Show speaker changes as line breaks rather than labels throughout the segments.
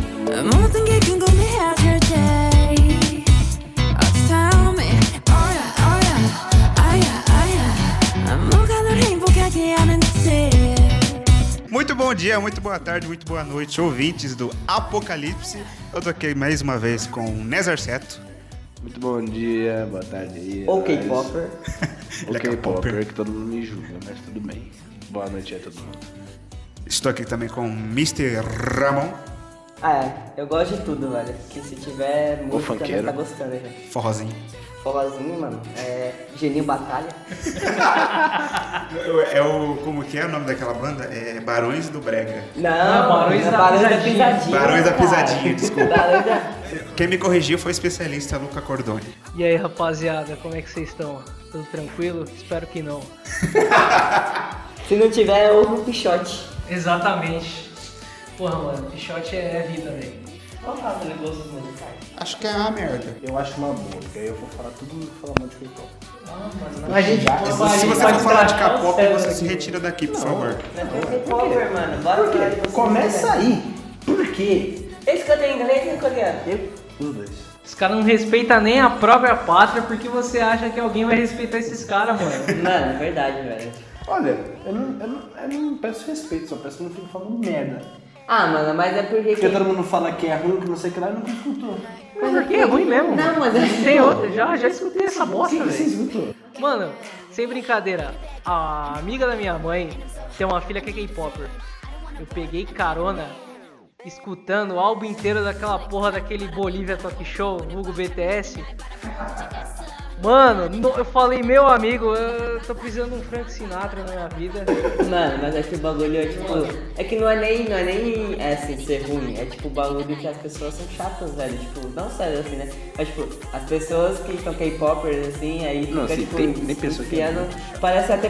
eh, oh
Muito bom dia, muito boa tarde, muito boa noite, ouvintes do Apocalipse. Eu tô aqui mais uma vez com o Nezar Seto.
Muito bom dia, boa tarde aí.
Ok, Popper.
ok, Popper, é que todo mundo me julga, mas tudo bem. Boa noite a todo mundo.
Estou aqui também com o Mr. Ramon.
Ah, é. Eu gosto de tudo, velho. Que se tiver música,
funkeiro.
tá gostando, velho.
Forrozinho.
Forrozinho, mano. É... Geninho Batalha.
É o. Como que é o nome daquela banda? É Barões do Brega.
Não,
Barões
é
da
Barões da
Pisadinha.
Pisadinha.
Barões da
cara.
Pisadinha, desculpa.
Barões da...
Quem me corrigiu foi o especialista Luca Cordoni.
E aí, rapaziada, como é que vocês estão? Tudo tranquilo? Espero que não.
Se não tiver, eu vou pro shot.
Exatamente. Porra, mano, pichote é vida, velho.
Qual que é o negócio musicais?
Acho que é uma merda.
Eu acho uma boa, porque aí eu vou falar tudo mundo falar mal de K-pop.
A gente
É
Se você for falar de K-pop, você se retira daqui, por favor.
Cover, mano. Bora falar de vocês,
Começa
velho.
aí, por quê?
Esse canto em inglês e em coreano.
Eu, um, dois.
Os caras não respeitam nem a própria pátria porque você acha que alguém vai respeitar esses caras, mano.
Mano, é verdade, velho.
Olha, eu não, eu, não, eu não peço respeito, só peço que eu não fico falando merda.
Ah, mano, mas é porque...
Porque todo mundo fala que é ruim, que não sei o que lá, e nunca escutou.
Mas porque é ruim mesmo.
Não, mas é...
Tem outra, já, já escutei essa bosta,
Sim, você
velho.
escutou.
Mano, sem brincadeira, a amiga da minha mãe tem uma filha que é K-Popper. Eu peguei carona escutando o álbum inteiro daquela porra daquele Bolívia Talk Show, vulgo BTS. Mano, no- eu falei, meu amigo, eu tô precisando de um Frank Sinatra na minha vida.
Mano, mas acho que o bagulho é tipo. É que não é nem, não é nem é, assim, ser ruim. É tipo o bagulho que as pessoas são chatas, velho. Tipo, não sério assim, né? Mas tipo, as pessoas que são K-popers, assim, aí
Não,
fica,
sim,
tipo,
tem- tem pessoa que é
enfiando- Parece até.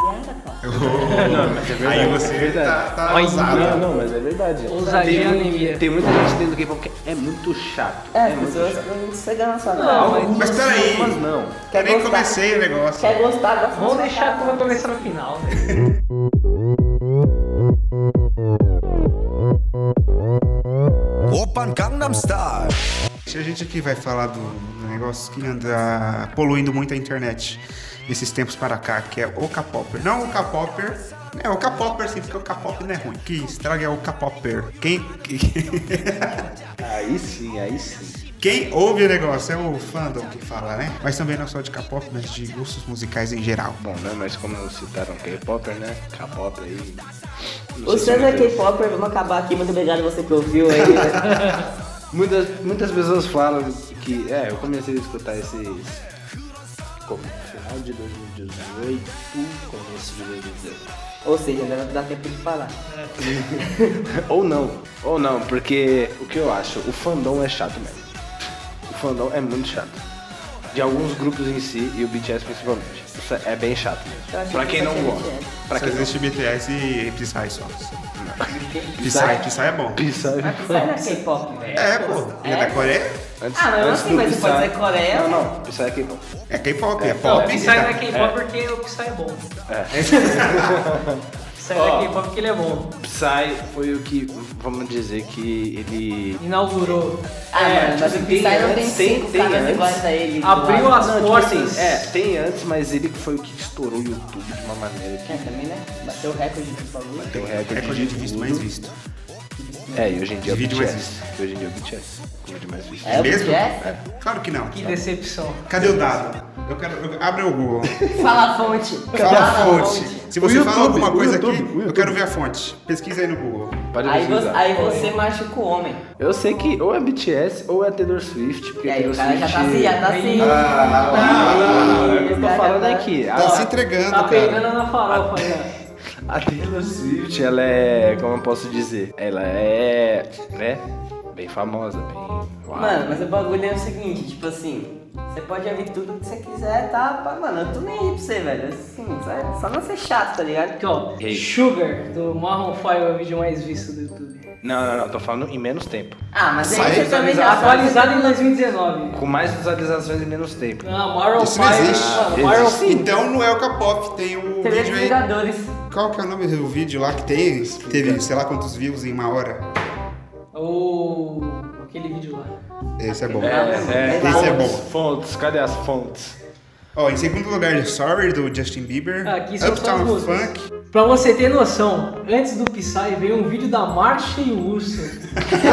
piada, cara.
é
Aí você tá, tá
Olha,
ousado.
não, mas é verdade.
Ousadia e anemia.
Tem muita gente dentro do K-pop que é muito chato.
É, as
muito
pessoas
chato.
não chegam na sua
Não,
cara.
Mas peraí.
Mas não.
Eu nem
gostar-
comecei o negócio.
Quer gostar da
Vamos deixar como começar no final. velho.
오빤 강남스타일
A gente aqui vai falar do, do negócio que anda poluindo muito a internet esses tempos para cá, que é o K-Popper. Não o K-Popper, né? O K-Popper sim, porque o K-Pop não é ruim. O Que estraga é o K-Popper. Quem,
Aí sim, aí sim.
quem ouve o negócio é o fandom que fala, né? Mas também não só de K-Pop, mas de gostos musicais em geral.
Bom, né? Mas como citaram K-Popper, né? K-Pop aí. não
O
sei se
Sam é
muito-
K-popper, vamos acabar aqui. Muito obrigado você que ouviu aí. né?
Muitas, muitas pessoas falam que. É, eu comecei a escutar esses. Como? Final de 2018, começo de 2019.
Ou seja, ainda não dá tempo de falar.
Ou não, ou não, porque o que eu acho, o fandom é chato mesmo. O fandom é muito chato. De alguns grupos em si e o BTS principalmente. Isso é bem chato
Eu acho
mesmo. Pra
que
quem
vai
não
ser
gosta.
BTS.
Pra
Só
quem
existe BTS e Psy só. Psy, Psy é bom.
Psy.
Sai da K-pop, velho.
É, pô. E é da Coreia?
Antes,
Ah, mas eu não
antes
sei,
do
mas pode
Psy-
ser Coreia.
Não, não, Psy é K-pop.
É K-Pop, é,
Não, o
pop.
Psy
é
não é
da-
K-pop porque o Psy é bom. O Psy não
Ó.
é K-pop porque ele é bom.
Psy foi o que, vamos dizer que ele.
Inaugurou.
Ah,
É,
mano, mas o
tipo,
Psy
tem
não tem
antes, tem-
cinco
tem
caras
antes.
iguais a ele. do
Abriu
lado.
as
Não, tipo
portas.
assim, é, tem antes, mas ele que foi o que estourou o YouTube de uma maneira que
É, também, né? Bateu o recorde de bagulho.
tem o
É
recorde
recorde de
de
visto
tudo.
mais visto.
É, e hoje em dia é o
Vídeo mais
BTS. Hoje em dia é o BTS. o Vídeo mais visto.
É o
Mesmo?
BTS?
Claro que não.
Que decepção.
Cadê o dado? Eu quero. eu- abre o Google.
Fala a fonte.
Fala a fonte. Se você
O
falar
YouTube,
alguma
o
coisa
YouTube,
aqui,
o
eu
YouTube.
quero ver a fonte. Pesquisa aí no Google.
Pode
Aí você,
pesquisar.
aí você machuca o homem.
Eu sei que ou é BTS ou é Taylor Swift, porque
E aí
Taylor
o cara já
Swift.
tá assim, já tá assim.
Ah. Eu tô falando aqui.
Tá se
A,
entregando,
Tá
cara.
pegando na farofa aí, ó.
a Taylor Swift, ela é. Como eu posso dizer? Ela é. né? Bem famosa, bem. Uau.
Mano, mas o bagulho é o seguinte, tipo assim, você pode ouvir tudo que você quiser, tá? Mas, Mano, eu tô nem aí pra você, velho. Assim, só, só não ser chato, tá ligado?
Aqui, ó.
Ei.
Sugar, do Marron 5, é o vídeo mais visto do YouTube.
Não, não, não, tô falando em menos tempo.
Ah, mas
Sai
aí você também já
Atualizado em 2019.
Com mais visualizações em menos tempo.
Não, Marron
Isso
5,
não existe.
mano, Marron 5.
Então não é o K-pop, tem o
Você vê os
vídeo aí.
Vingadores.
Qual que é o nome do vídeo lá que tem? Teve sei lá quantos views em uma hora.
Ou Oh, aquele vídeo lá.
Esse é bom.
É, é,
Esse é
fontes,
bom.
Fontes, cadê as fontes?
Ó, em segundo lugar, Sorry, do Justin Bieber.
Aqui são só
Uptown
músicas.
Funk.
Pra você ter noção, antes do Psy veio um vídeo da Marcha e o Urso.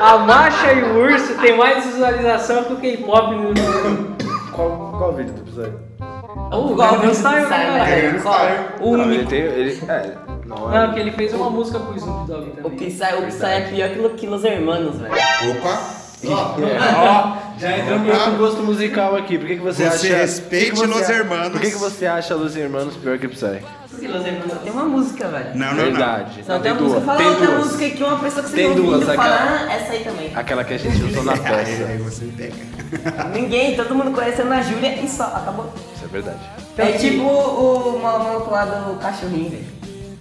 a Marcha e o Urso tem mais visualização que o K-pop no YouTube.
Qual, qual vídeo do episódio?
O
Qual vídeo
Gangnam
do
Style,
Psy,
né?
né?
cara?
Gangnam
Qual?
É, Style.
O
Não, ele
único.
tem. Ele, é, não é.
Não, que ele fez uma música com o Snoop Dogg
O
também.
Psy, o Psy é pior que, lo- que Los Hermanos, velho.
Opa.
É. Ó, já entramos
Ah.
com gosto musical aqui. Por que, que você, acha.
Você respeite
por que que você
Los
a-
Hermanos.
Por que, que você acha Los Hermanos pior que Psy?
Porque Los Hermanos tem uma música, velho.
Não, não,
Verdade.
Não, tem, uma
duas.
música. Fala
Tem
outra
duas.
música aqui, uma pessoa que você
Tem
não ouviu
duas,
falar,
aquela-
ah, essa aí também.
Aquela que a gente usou na
não. Aí, aí
peça.
você pega.
Ninguém, todo mundo conhece a Ana Júlia e só, acabou.
Isso é verdade.
É tipo o o maluco lá do cachorrinho, velho.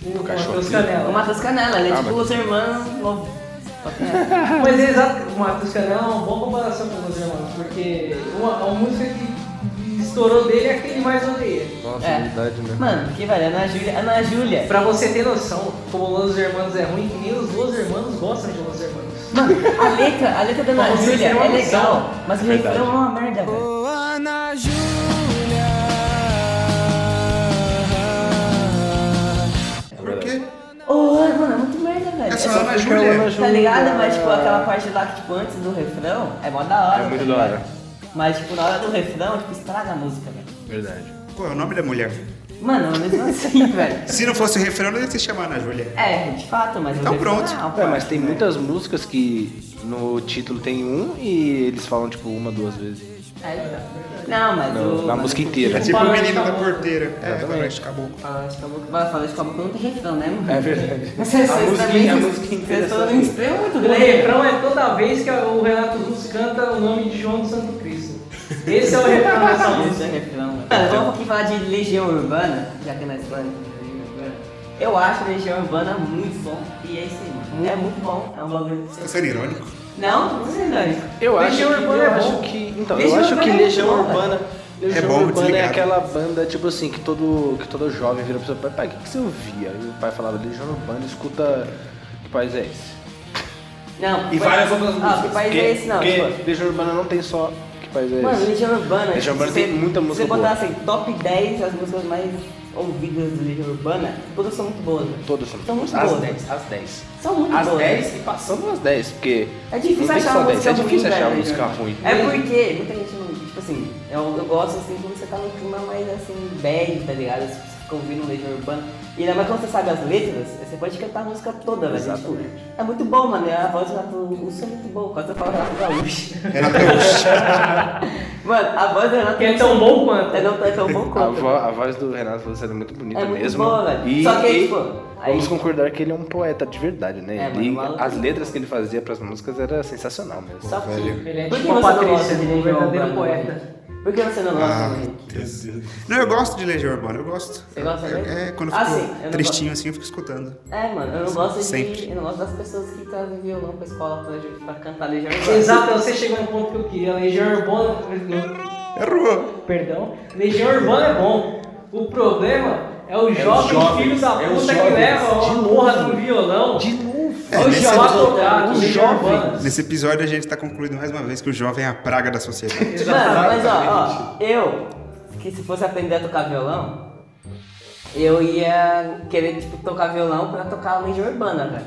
Um
O
cachorro.
Matheus
O
Canela.
Matheus Canela, ele é
Ah,
tipo
mas-
Los Hermanos novo. Só que é.
Mas é exato, o Matheus Canela é uma boa comparação com o Los Hermanos, porque uma, a música que estourou dele é a que ele mais odeia.
Nossa,
É.
verdade né? mesmo.
Mano, que velho, Ana Júlia, Ana Júlia.
Pra você ter noção, como Los Hermanos é ruim, nem os Los Hermanos gostam de Los Hermanos.
Mano, a letra, a letra da Ana
Como vocês
Júlia
têm uma
é legal,
visão.
mas o
Verdade.
refrão é uma merda, velho.
Ana Júlia.
Por quê?
Ô, mano, é muito merda, velho.
Essa
É
é a
só-
Ana Júlia.
Tá ligado? Mas, tipo, aquela parte lá que, tipo, antes do refrão é mó da hora.
É muito
tá
da
ligado?
hora.
Mas, tipo, na hora do refrão, tipo, estraga a música, velho.
Verdade.
Pô, é o nome da mulher.
Mano, mas mesmo assim, velho.
Se não fosse o refrão, não ia se chamar Ana Júlia.
É, de fato, mas... o
Então
refrão
pronto.
não,
É,
pô.
mas tem muitas músicas que no título tem um e eles falam tipo uma, duas vezes.
Aí, É, Não, mas
Não,
o...
na música inteira.
É tipo o
Parou de
menino da
Caboclo.
porteira. É, agora acabou.
Fala de caboclo, vai falar de caboclo não tem refrão, né, mano?
É verdade.
Mas vocês
A
vocês
música-
também...
a música inteira é
Vocês estão
só-
num extremo muito
O
grande.
refrão é toda vez que o Renato Russo canta o nome de João do Santo Cristo. Esse é o refrão dessa
Esse é
música.
refrão, mano. Mano, vamos aqui falar de Legião Urbana, já que nós falamos de Legião Urbana. Eu acho Legião Urbana muito bom. E é isso aí, mano. É muito bom. É um bagulho que
Tá
você.
sendo irônico?
Não, não sei não.
Eu acho que,
Legião Urbana
eu
é bom.
acho que então,
Legião
eu acho que
Urbana é
Legião
bom,
Urbana, Legião
É bom,
Urbana é
desligado.
aquela banda tipo assim que todo que todo jovem vira pra seu pai, pai, o que, que você ouvia? E o pai falava Legião Urbana, escuta que país é esse?
Não.
E
foi-
várias outras
Ah,
músicas.
que país é esse não?
Porque
tipo,
Legião Urbana não tem só que país é
Mano,
esse.
Legião Urbana.
Legião Urbana
se
tem
você-
muita
Se você
música
botar
boa.
assim, top 10 as músicas mais ouvidas do Legião Urbana, todas são muito boas. velho.
Todas são
São muito
as
boas. né?
10, as 10.
São muito
As
boas.
10 e passando as 10, porque
É difícil
não tem
achar
só
uma
10,
música
é difícil
ruim,
achar uma
velho.
música ruim.
É porque muita gente não. Tipo assim, eu, eu gosto assim quando você tá num clima mais assim, bad, tá ligado? Você fica ouvindo legião urbana. E ainda mais quando você sabe as letras, você pode cantar a música toda, velho. Tipo, é muito bom, mano. E A voz do Renato Russo é muito boa. Quase eu falo Renato Gaúcho.
Renato Gaúcho.
Mano, a voz do Renato
Que é tão bom quanto.
É não é tão bom
A,
quanto.
vo- a voz do Renato Falcão é muito bonita
É muito
Ah, mesmo.
boa, velho.
E,
Só que,
e
tipo, aí-
vamos concordar que ele é um poeta de verdade, né?
É, mano,
Ele-
o maluco-
as letras que ele fazia pras músicas era sensacional mesmo.
Só que.
Ele é
por que
tipo a
você não gosta
Patrícia,
de
um
Legião
verdadeiro
Urbana,
poeta.
mano? Por que você não gosta,
Ah,
mano?
Deus. Não, eu gosto de Legião Urbana, eu gosto.
Você gosta
Eu-
mesmo?
É, quando eu
Ah,
fico
sim, eu não
tristinho assim, eu fico escutando.
É, mano, eu não gosto de.
Sempre.
Eu não gosto das pessoas que trazem violão pra escola pra, pra cantar Legião Urbana.
Exato, você chegou no ponto que eu queria. Legião Urbana.
Errou!
Perdão. Legião Urbana é bom. O problema é o
os
jovem
jovens,
filho da
é os
puta que
jovens.
leva
De
uma
novo.
porra de um violão.
De novo.
É,
Vou
nesse
chamar
episódio-
tocar,
os
Legião
jovens.
Urbana.
Nesse episódio a gente tá concluindo mais uma vez que o jovem é a praga da sociedade.
Mano, mas ó, ó, eu, que se fosse aprender a tocar violão, eu ia querer, tipo, tocar violão pra tocar Legião Urbana, velho.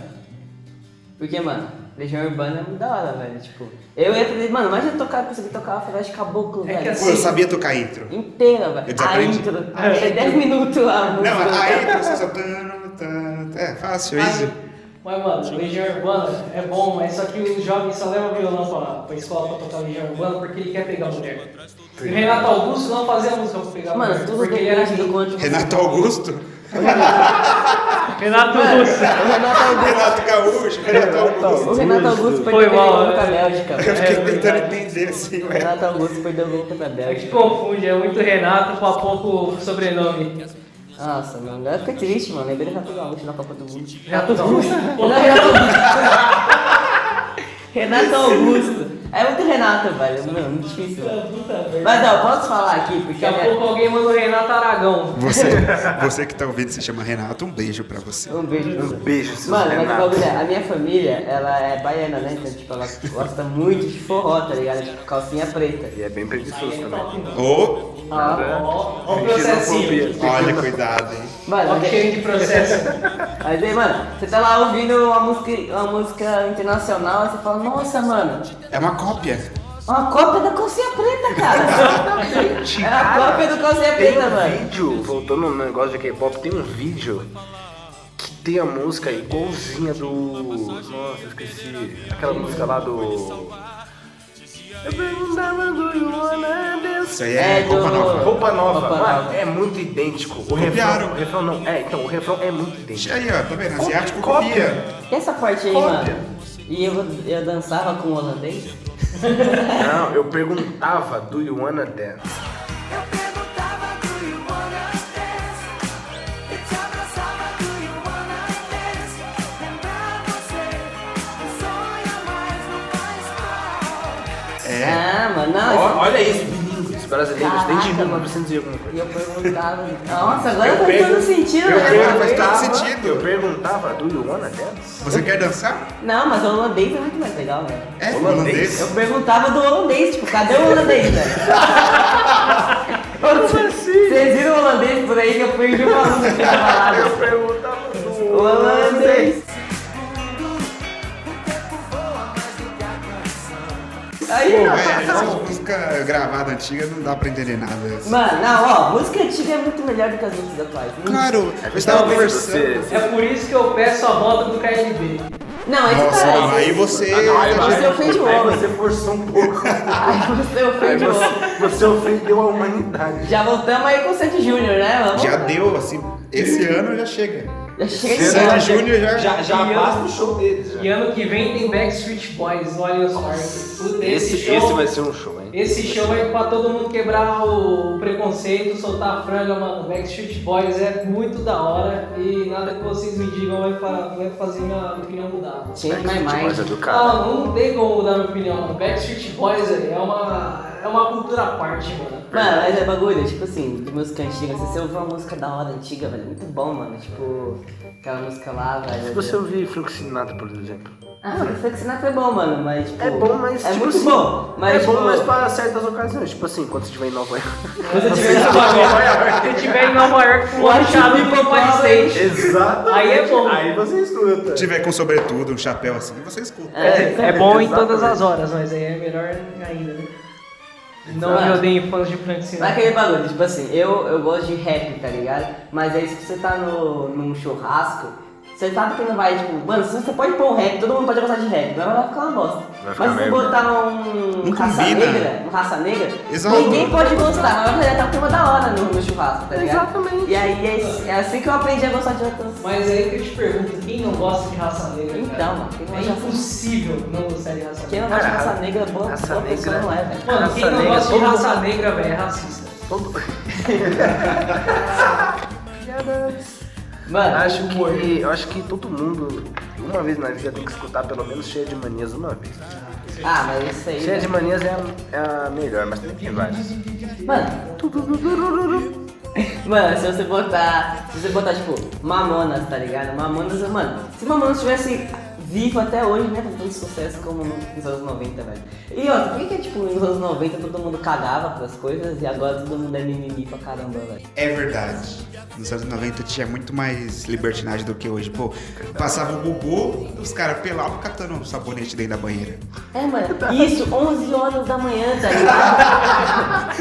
Porque, mano, Legião Urbana é muito da hora, velho. Tipo, eu ia aprender, mano, imagina eu tocar, conseguir tocar uma frase de caboclo,
É que
velho.
assim-
Pô, eu sabia tocar intro.
Inteira, velho.
Eu
A
desaprendi.
intro. É
tipo,
10 minutos a música.
Não, a a intro você só... tano, tano, É fácil, easy.
Mas, mano, Legião Urbana é bom, mas só que o jovem só leva violão pra, pra escola pra tocar Legião Urbana porque ele quer pegar mulher. E o Renato Augusto não fazia música pra pegar
Mano,
mulher.
tudo
porque ele era tipo-
depende do
gay.
quanto você-
Renato Augusto?
Renato Augusto.
O Renato
Renato
Augusto.
Gaúcho? Renato Augusto.
O Renato Augusto
Foi
perdeu
mal,
o gol pra
né?
Bélgica,
Eu
velho.
fiquei
É
tentando
verdade.
entender assim,
O
ué.
Renato Augusto perdeu o gol pra
É que
Bélgica.
confunde, é muito Renato com a pouco sobrenome.
Nossa, mano, agora fica triste, mano. Lembrei do Renato Gaúcho na Copa do Mundo.
Renato Augusto.
Renato Augusto. Renato Augusto. É muito Renato, velho. Mano, é muito difícil. Mas não, posso falar aqui, porque
Daqui a pouco alguém manda o Renato Aragão.
Você, você que tá ouvindo se chama Renato, um beijo pra você.
Um beijo pra você.
beijo, seus
Mano, mas o
Renato.
bagulho é, a minha família, ela é baiana, né? Então, tipo, ela gosta muito de forró, tá ligado? Tipo, calcinha preta.
E é bem preguiçoso também.
Ô,
Tá
Ah,
Olha o processinho.
olha, cuidado, hein?
mano,
Olha o cheiro de processo.
Mas aí, mano, você tá lá ouvindo uma música, uma música internacional, aí você fala, nossa, mano,
É uma cópia.
uma cópia da calcinha preta, cara. é a cópia do calcinha
Tem
preta,
um
mano.
vídeo, voltando no negócio de K-pop, tem um vídeo que tem a música igualzinha do. Nossa, eu esqueci. Aquela música lá do. Eu perguntava do Ioana
Isso aí é, roupa nova.
Roupa nova,
Roupa
mano,
nova.
é muito idêntico. O refrão,
Copiaram.
o refrão não. É, então, o refrão é muito idêntico.
Aí, ó, tá vendo?
Cópia,
Asiático
cópia.
copia.
E essa parte aí,
Cópia.
mano? E eu, eu dançava com o holandês?
Não, eu perguntava do Ioana Dance.
Eu perguntava do you wanna dance E te abraçava do you wanna dance Lembrar você Um sonho a mais não faz mal
É.
Ah, mano, não.
Ó,
isso-
olha isso, bilíngues brasileiros desde
Caraca, mano.
1900 e alguma coisa.
E eu perguntava. Nossa, agora faz todo sentido,
eu
né?
pergunto- faz todo
perguntava-
sentido.
Eu perguntava do You Wanna Dance?
Você quer dançar?
Não, mas o holandês é muito mais legal, velho.
É,
Holandês?
holandês.
Eu perguntava do holandês, tipo, cadê o holandês, velho?
Como assim?
Vocês viram o holandês por aí que eu perdi uma música que eu tinha falado.
Eu perguntava do
Holandês.
O tempo voa mais do que a canção
Aí,
Pô,
ó.
é, essas músicas gravadas antigas não dá pra entender nada.
Mano, não, ó, música antiga é muito melhor do que as músicas atuais. Muito.
Claro, eu estava
Talvez
conversando.
você...
É por isso que eu peço a volta do KLB.
Não, aí você
Nossa,
tá.
aí você.
aí
tá
você
achando-
ofende o
Ah, Aí
homem.
você forçou um pouco.
Aí você
Aí
ofende o homem.
você, você ofendeu a humanidade.
Já voltamos aí com o Sandy Júnior, né? Vamos-
Já deu, assim, esse ano já chega.
Já chega
Esse ano
esse ano.
é Júnior já.
Já, já
E eu-
basta o show deles. já.
E ano que vem tem Backstreet Boys, olha os parques.
Esse, esse vai ser um show, hein?
Esse show é pra todo mundo quebrar o preconceito, soltar a franga, mano. Backstreet Boys é muito da hora e nada que vocês me digam vai, fa- vai fazer minha opinião mudar.
Change my
Mas é
mind.
do cara.
Ah, não tem como mudar minha opinião, mano. Backstreet Boys velho, é uma, é uma cultura à parte, mano.
Mano, mas é bagulho, tipo assim, de música antiga. Se você ouvir uma música da hora antiga, velho, é muito bom, mano. Tipo, aquela música lá, velho.
Se você ouvir Frank Sinatra, por exemplo.
Ah, mano, Frank Sinatra é bom, mano, mas tipo.
É bom, mas.
É
tipo
muito
assim,
bom, mas.
é
tipo,
bom, mas para certas ocasiões. Tipo assim, quando você estiver em Nova York.
Quando você tiver essa bagulho.
Se tiver em Nova York com
Watch
a chave
me
pro
pop-up.
Palestine.
Exatamente.
Aí é bom.
Aí você escuta.
Se tiver com sobretudo, um chapéu assim, você escuta.
É,
É bom em
Exatamente.
todas as horas, mas aí é melhor ainda, né? Não
Exato.
me odeiem fãs de Frank
Mas
Sinatra.
aquele bagulho, tipo assim, eu, eu gosto de rap, tá ligado? Mas aí se você tá no, num churrasco, você sabe que não vai, tipo, mano, se você pode pôr um rap, todo mundo pode gostar de rap, mas vai ficar uma bosta.
Vai ficar
mas se você
merda.
botar um
Não
raça
combina.
negra, um raça negra,
Exato.
ninguém pode gostar, mas vai fazer até o clima da hora no, no churrasco, tá ligado? Exatamente. E aí é, isso- é assim que eu aprendi a gostar de outras.
Mas aí que eu te pergunto, quem não gosta de raça negra?
Então, mano, quem não gosta de
é
raça-
impossível não gostar de raça
Quem
negra.
não gosta de
Cara,
raça negra, boa,
raça
boa pessoa
negra-
não é, velho.
Mano,
Raça
quem não
negra,
gosta de
todo
raça
mundo-
negra, velho, é racista.
Todo-
Mano,
acho que, eu acho que todo mundo, uma vez na vida, tem que escutar pelo menos Cheia de Manias uma vez.
ah, mas isso aí.
Cheia de
velho.
Manias é a, é a melhor, mas também tem várias.
Mano, Mano, se você botar. Se você botar, tipo, Mamonas, tá ligado? Mamonas, mano. Se Mamonas tivesse vivo até hoje, né? Com tanto sucesso como no- nos anos 90, velho. E ó, por que, que, tipo, nos anos 90 todo mundo cagava pras coisas e agora todo mundo é mimimi pra caramba, velho?
É verdade. Nos anos 90 tinha muito mais libertinagem do que hoje. Pô, passava o Gugu, os caras pelavam catando um sabonete dentro da banheira.
É, mano. Isso, 11 horas da manhã, tá ligado?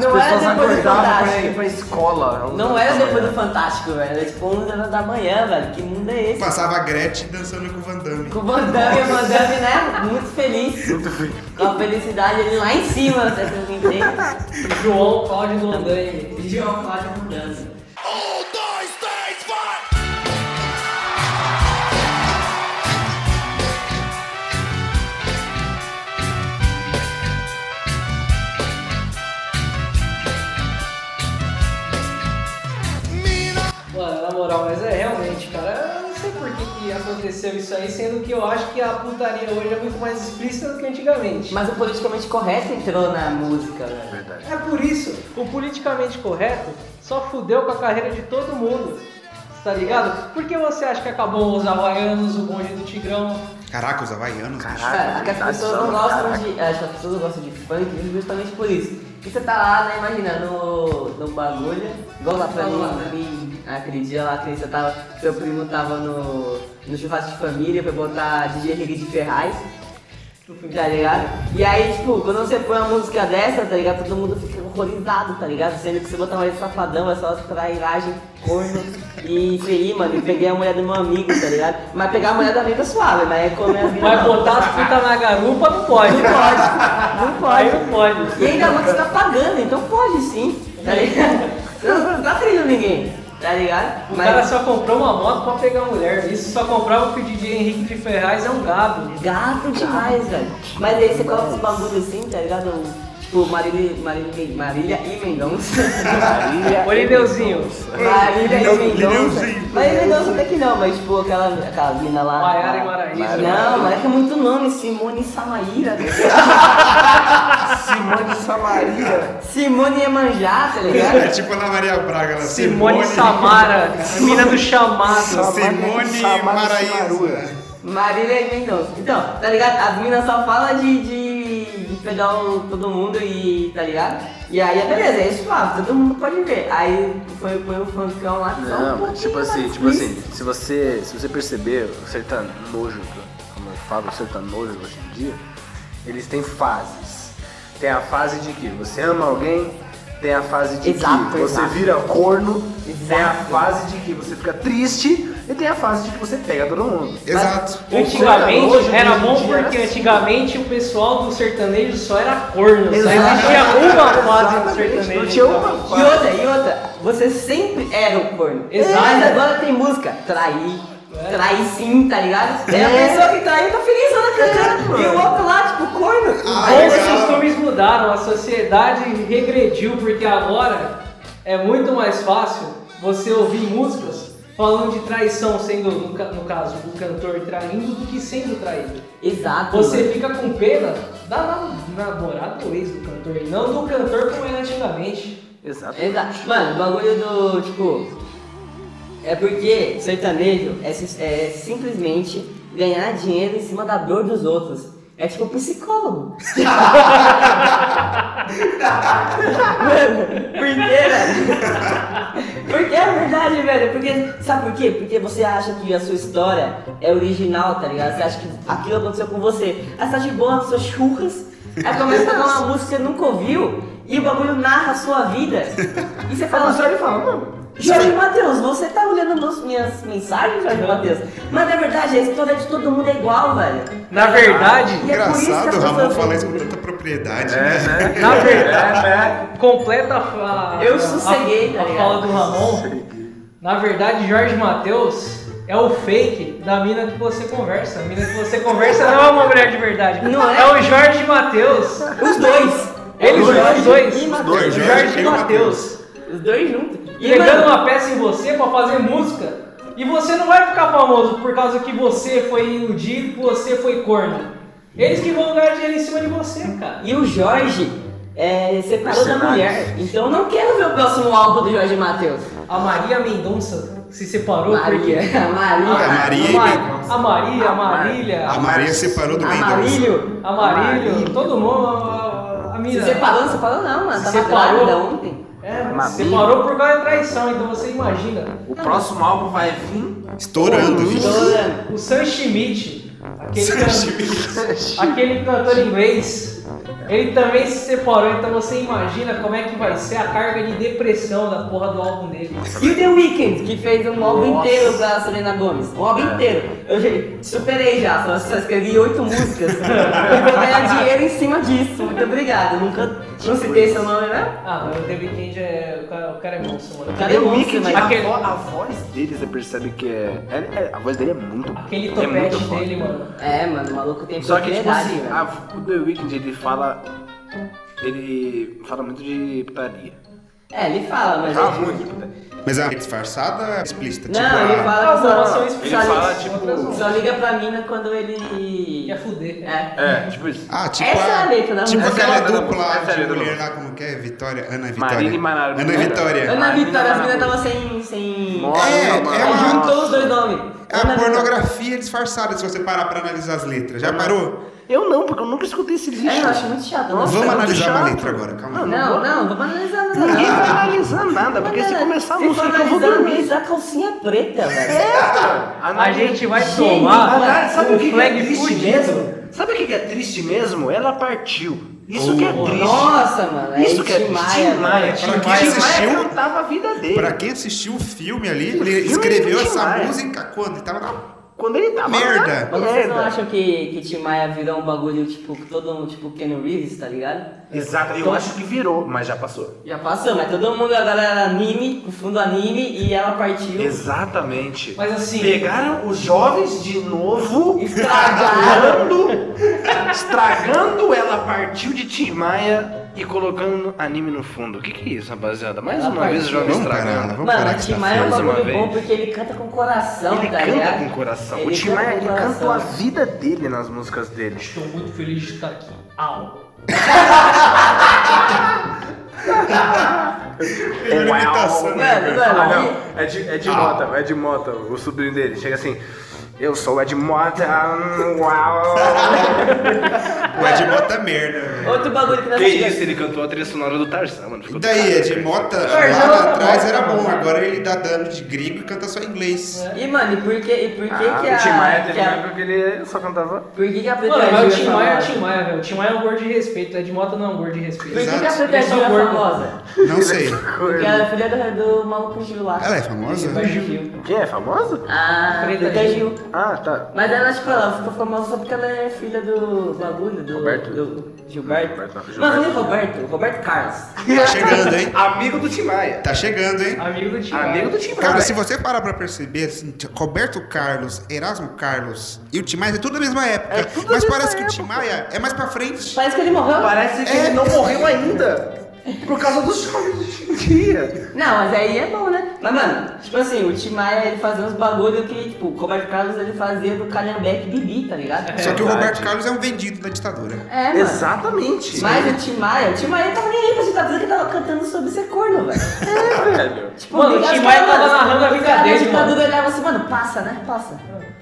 Não era depois do
pra ir
Fantástico.
pra escola.
Não era
é
depois do Fantástico, velho. Era tipo 11 horas da manhã, velho. Que mundo é esse?
Passava a Gretchen dançando com o Van Damme.
Com o Van Damme, o Van Damme, né? Muito feliz.
Muito frio.
Com a felicidade ali lá em cima, você não entende?
João Cláudio Mondanha. João Cláudio Mondanha.
Um, dois, três, vai!
Mano, na moral, mas é realmente, cara, eu não sei por por que, que aconteceu isso aí, sendo que eu acho que a putaria hoje é muito mais explícita do que antigamente.
Mas o politicamente correto entrou na música, né? velho.
É por isso, o politicamente correto só fudeu com a carreira de todo mundo. Tá ligado? Por que você acha que acabou os havaianos, o bonde do Tigrão?
Caraca, os havaianos. bicho.
Cara, que É, as pessoas
é
não gostam de. Acho que as pessoas não gostam de funk justamente por isso. E você tá lá, né, imagina, no, no bagulho, igual lá pra mim, pra mim, aquele dia lá que você tava, seu primo tava no, no churrasco de família, foi botar DJ Henrique de Ferraz, tá ligado? E aí, tipo, quando você põe uma música dessa, tá ligado? Todo mundo fica horrorizado, tá ligado? Sendo que você botar uma de safadão, é só trairagem, corno e isso aí, mano, e peguei a mulher do meu amigo, tá ligado? Mas pegar a mulher do amigo é suave, mas comer as minas
Vai
não.
botar as putas na garupa? Não pode. Não pode. Não pode. Aí não pode.
E ainda você tá pagando, então pode sim, tá ligado? Não, não tá treinando ninguém, tá ligado?
O cara só comprou uma moto pra pegar mulher. Isso só comprava que o DJ Henrique de Ferraz é um gado.
gato demais, velho. Mas aí você coloca esse bagulho assim, tá ligado? Tipo, Marília, Marília, Marília e Mendonça.
Olha, Deusinho.
Marília e Mendonça.
Lineuzinho.
Marília e Mendonça até que não, mas tipo, aquela, aquela mina lá.
Maiara e Maraíza.
Não, mas é que é muito nome, Simone Samaíra. tá
Simone Samaria.
Simone Iemanjá, tá ligado?
É tipo Ana Maria Braga. Ela,
Simone Samara, mina do chamado.
Simone
Samara
Maraíza.
Simarua.
Marília e Mendonça. Então, tá ligado? As minas só falam de, de, de pegar o- todo mundo e. tá ligado? E aí, é beleza, é suave, todo mundo pode ver. Aí foi, foi o funkão lá que só um
Não, mas
pouquinho
tipo assim,
mais
tipo assim,
explícito.
se você, se você perceber o sertanojo, como eu falo, o sertanojo hoje em dia, eles têm fases. Tem a fase de que você ama alguém, tem a fase de
Exato,
que você
exato.
vira corno, tem a
Exato.
fase de que você fica triste e tem a fase de que você pega todo mundo.
é
Exato.
Antigamente
Hoje,
era
hoje em
bom
dia, é assim.
porque
era
antigamente o pessoal do sertanejo só era corno. Só
Exatamente.
existia uma fase do
Exatamente,
sertanejo.
não tinha
então.
uma
E outra, e outra, você sempre era o corno.
Exato.
Mas agora tem música, trair. Trair sim, tá ligado? É a pessoa que traiu, tá feliz, ela cantando. E o outro lá, tipo, corno.
Como os costumes mudaram, a sociedade regrediu, porque agora é muito mais fácil você ouvir músicas falando de traição, sendo, no, ca- no caso, o cantor traindo, do que sendo traído.
Exato.
Você
mano.
fica com pena da na- namorada ou ex do cantor, e não do cantor como era antigamente.
Exato.
Exato. Mano, o bagulho do. Tipo. É porque sertanejo é, sis- é simplesmente ganhar dinheiro em cima da dor dos outros. É tipo psicólogo. Mano, por quê, velho? Porque é verdade, velho. Porque, sabe por quê? Porque você acha que a sua história é original, tá ligado? Você acha que aquilo aconteceu com você. Aí você tá de boa nas suas churras, aí começa a tocar uma música que você nunca ouviu e o bagulho narra a sua vida. E você fala.
Só ele fala, mano.
Jorge Matheus, você tá olhando meus- minhas mensagens, Jorge Matheus? Mas na verdade a história de todo mundo é igual, velho.
Na verdade,
E é por isso que as
Engraçado, o
pessoas É,
Ramon
não-
fala isso com tanta propriedade, né?
na verdade,
É, né?
completa a fala.
Eu
a-
sosseguei, tá
a, a
ligado?
fala do Ramon. Na verdade, Jorge Matheus é o fake da mina que você conversa. A mina que você conversa não é uma mulher de verdade.
Não é?
o Jorge Matheus.
Os dois.
Eles
Os
dois, os dois.
E Matheus.
dois,
O
Jorge
Jorge
e o Matheus.
Matheus.
Os dois juntos. E,
Pegando
mano,
uma peça em você pra fazer música. E você não vai ficar famoso por causa que você foi iludido, que você foi corno. Eles que vão ganhar dinheiro em cima de você, cara.
e o Jorge é, separou da
Mercenários.
mulher. Então eu não quero ver o próximo álbum do Jorge Matheus.
A Maria Mendonça se separou
Maria.
porque...
A
Ah,
A
Maria.
Maria e
Ma-
Mendonça.
A Maria, a Marília,
A Maria separou do Mendonça.
Amarilho.
Amarilho, todo mundo, a, a, a
Se
mina.
separou, não separou não, mano. Tava
Separou.
grávida ontem.
É,
Marília.
separou por causa da traição, então você imagina.
O próximo álbum vai vir
Estourando, viu?
Chorando.
O Sam Schmidt, aquele,
Sam
can-
Schmidt.
aquele cantor inglês, ele também se separou, então você imagina como é que vai ser a carga de depressão da porra do álbum dele.
E o The Weeknd, que fez um álbum inteiro pra Selena Gomes. Um
É.
álbum inteiro. Eu já- superei já, só, só escrevi oito músicas. e vou ganhar dinheiro em cima disso. Muito obrigado. Nunca não citei seu nome, né?
Ah, mas o The Weeknd é. O cara, o cara é monstro, mano.
Cadê o Mickey?
Mas
Aquele-
a, vo- a voz dele, você percebe que é. é- é- a voz dele é muito boa.
Aquele
é muito
topete
boa.
dele, mano.
É, mano, o maluco tem
Só
é
que, tipo
propriedade,
assim,
velho.
a- o The Weeknd ele fala. Ele fala muito de putaria.
É, ele fala,
Ah,
mas.
Tá
é, tipo,
muito, né?
Mas a disfarçada é explícita.
Não,
tipo, a-
ele fala
Ah,
que
é
Não, não,
só,
um
só,
não. Ele fala, tipo-
só liga pra mina quando ele.
Ia fuder.
É.
É, tipo isso.
Ah, tipo,
Essa é
a-
a letra da
tipo
música.
aquela
Essa é a letra da
dupla
música. Essa é a
de
letra da
mulher lá, como que é? Vitória, Ana Vitória.
Marília e Maravilha.
Ana Vitória.
Ana Vitória, as
Maravilha.
meninas tava sem. sem...
Nossa,
É,
mano.
é
Aí
uma-
juntou os dois nomes.
É a
Ana Vitória.
pornografia disfarçada, se você parar pra analisar as letras. Já parou?
Eu não, porque eu nunca escutei esse lixo.
É, eu acho muito chato.
Nossa,
não,
Vamos
é muito
analisar uma
chato.
letra agora, calma. aí.
não, não, vamos analisar nada.
Ah, Ninguém vai analisar nada, porque se começar a música eu vou
né,
dormir. É
analisar calcinha é preta, velho.
A gente vai
Gente,
tomar
Ah, sabe o que,
um
que é
flag
triste
fudido.
mesmo? Sabe o que que é triste mesmo? Ela partiu. Isso que é triste.
Nossa, mano. é
Isso que é
Tim
Tim
Maia,
Maia.
velho.
Tim
Pra quem
Maia
assistiu-
cantava a vida dele.
Pra quem assistiu o filme ali, ele
filme
escreveu
é
essa
demais.
música quando? Ele tava na...
Quando ele tava
Merda.
na
Mas vocês não
merda.
acham que, que Tim Maia virou um bagulho, tipo, que todo mundo, tipo, Ken Reeves, tá ligado?
Exato, eu acho que virou, mas já passou.
Já passou, mas todo mundo, a galera anime, o fundo anime, e ela partiu.
Exatamente.
Mas assim-
Pegaram os jovens de novo,
Estragaram.
estragando,
Estragando ela partiu de Tim Maia e colocando anime no fundo. O que que é isso, rapaziada? Mais
Ela
uma vez o
partiu.
jovem
Vamos parar,
estragando.
vamos
Mano,
parar
o
que
Tim
tá
Maia é um
feio.
feio.
bagulho
Mais uma
bom
vez.
porque ele canta com coração,
Ele
tá
canta
ligado?
com coração.
Ele
o Tim
canta
Maia,
com
ele
coração.
cantou a vida dele nas músicas dele.
Estou muito feliz de estar aqui. Au.
Ele imitação, né,
Mano,
velho?
mano,
é Ah,
e-
não. É de, é de Mota, é de Mota, o sobrinho dele. Chega assim. Eu sou o Ed Mota. hum, Uau.
O Edmota é merda, velho.
Outro bagulho que nós
Que isso,
tivemos.
ele cantou a trilha sonora do Tarzan, mano.
E
Ficou
daí, Ed Mota, lá atrás era bom, agora ele dá dano de gringo e canta só inglês.
E, mano, e por que, e por que,
Ah,
que a.
o Tim Maia teve
que a-
uma época que ele só cantava.
Por que, que a Preta
Mano, mas o
Gil é
Tim Maia é o
famosa?
Tim Maia, velho. O Tim Maia é um gordo de respeito. O Ed Mota não é um gordo de respeito.
Por que, que a
Exato.
Preta
Eles são
Gil é
gordos.
famosa?
Não sei.
Porque ela é filha do, do maluco Gil lá.
Ela é famosa?
Vai, Gil.
Quem é famoso?
Ah,
Preta
Preta Gil.
Gil.
Ah, tá.
Mas ela, tipo, ela ficou famosa só porque ela é filha do bagulho, do...
Roberto?
do Gilberto.
Roberto, não,
Não, eu
Gilberto.
falei Roberto, Roberto Carlos.
Tá chegando, hein?
Amigo do Tim Maia.
Tá chegando, hein?
Amigo do Tim Maia.
Amigo do Tim Maia.
Cara, se você parar pra perceber, assim, t- Roberto Carlos, Erasmo Carlos e o Tim Maia é tudo da mesma época. mas parece que o Tim Maia é mais pra frente.
Parece que ele morreu.
Parece que
É.
ele não morreu ainda. Por causa dos jovens de hoje em dia.
Não, mas aí é bom, né? Mas, mano, tipo assim, o Tim Maia, ele fazia uns bagulho que, tipo, o Roberto Carlos, ele fazia do Calhambeque Bibi, tá ligado?
Só que o
verdade.
Roberto Carlos é um vendido da ditadura.
É, mano.
Exatamente.
Mas o Tim Maia, o Tim Maia tava nem aí pra você tá dizendo que tava cantando sobre ser corno, velho.
É, velho.
Tipo,
Mano, o
obrigado,
Tim Maia
cara,
tava
mano.
narrando a
O
vida
cara
dele,
da ditadura
mano.
olhava assim, mano, passa, né? Passa,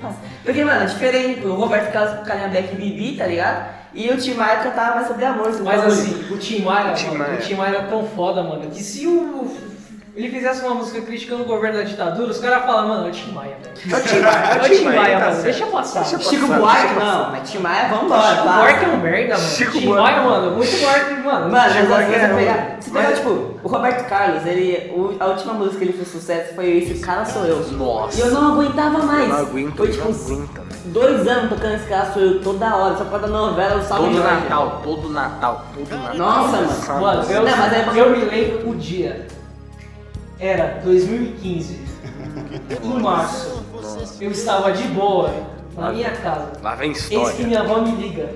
passa. Porque, mano, é diferente o Roberto Carlos com o Calhambeque Bibi, tá ligado? E o Tim Maia cantava mais sobre amor. sobre
Mas
bagulho.
assim, o Tim Maia,
Tim
mano,
Maia.
o Tim Maia era tão foda, mano, que se o... Ele fizesse uma música criticando o governo da ditadura, os caras falam, mano, é o Tim Maia, velho.
É o Tim Maia, tá
É o Tim Maia, mano. Deixa eu passar.
Tipo, Chico Buarque, não, mas Tim Maia, vambora,
Chico
passa.
Buarque é um merda, mano.
Chico
Tim
Buarque.
Maia, mano, muito Buarque, mano.
Mano,
Chico
mas às
Buarque
vezes
é
você
um-
pegar. Você pegar,
mas-
tipo, o Roberto Carlos, ele. o- a última música que ele fez sucesso foi Esse Cara Sou Eu.
Nossa.
E eu não aguentava mais.
Não aguento,
foi tipo
não
uns
aguento, né?
dois anos tocando esse cara sou eu toda hora, só pra dar novela, o salve
Todo
Jorge.
Natal, todo Natal, todo Natal.
Nossa, mano.
Mano, eu,
Não, mas é porque-
eu me lembro o dia. Era 2015. No março. Eu estava de boa na minha casa.
Lá vem
Eis que
história.
minha avó me liga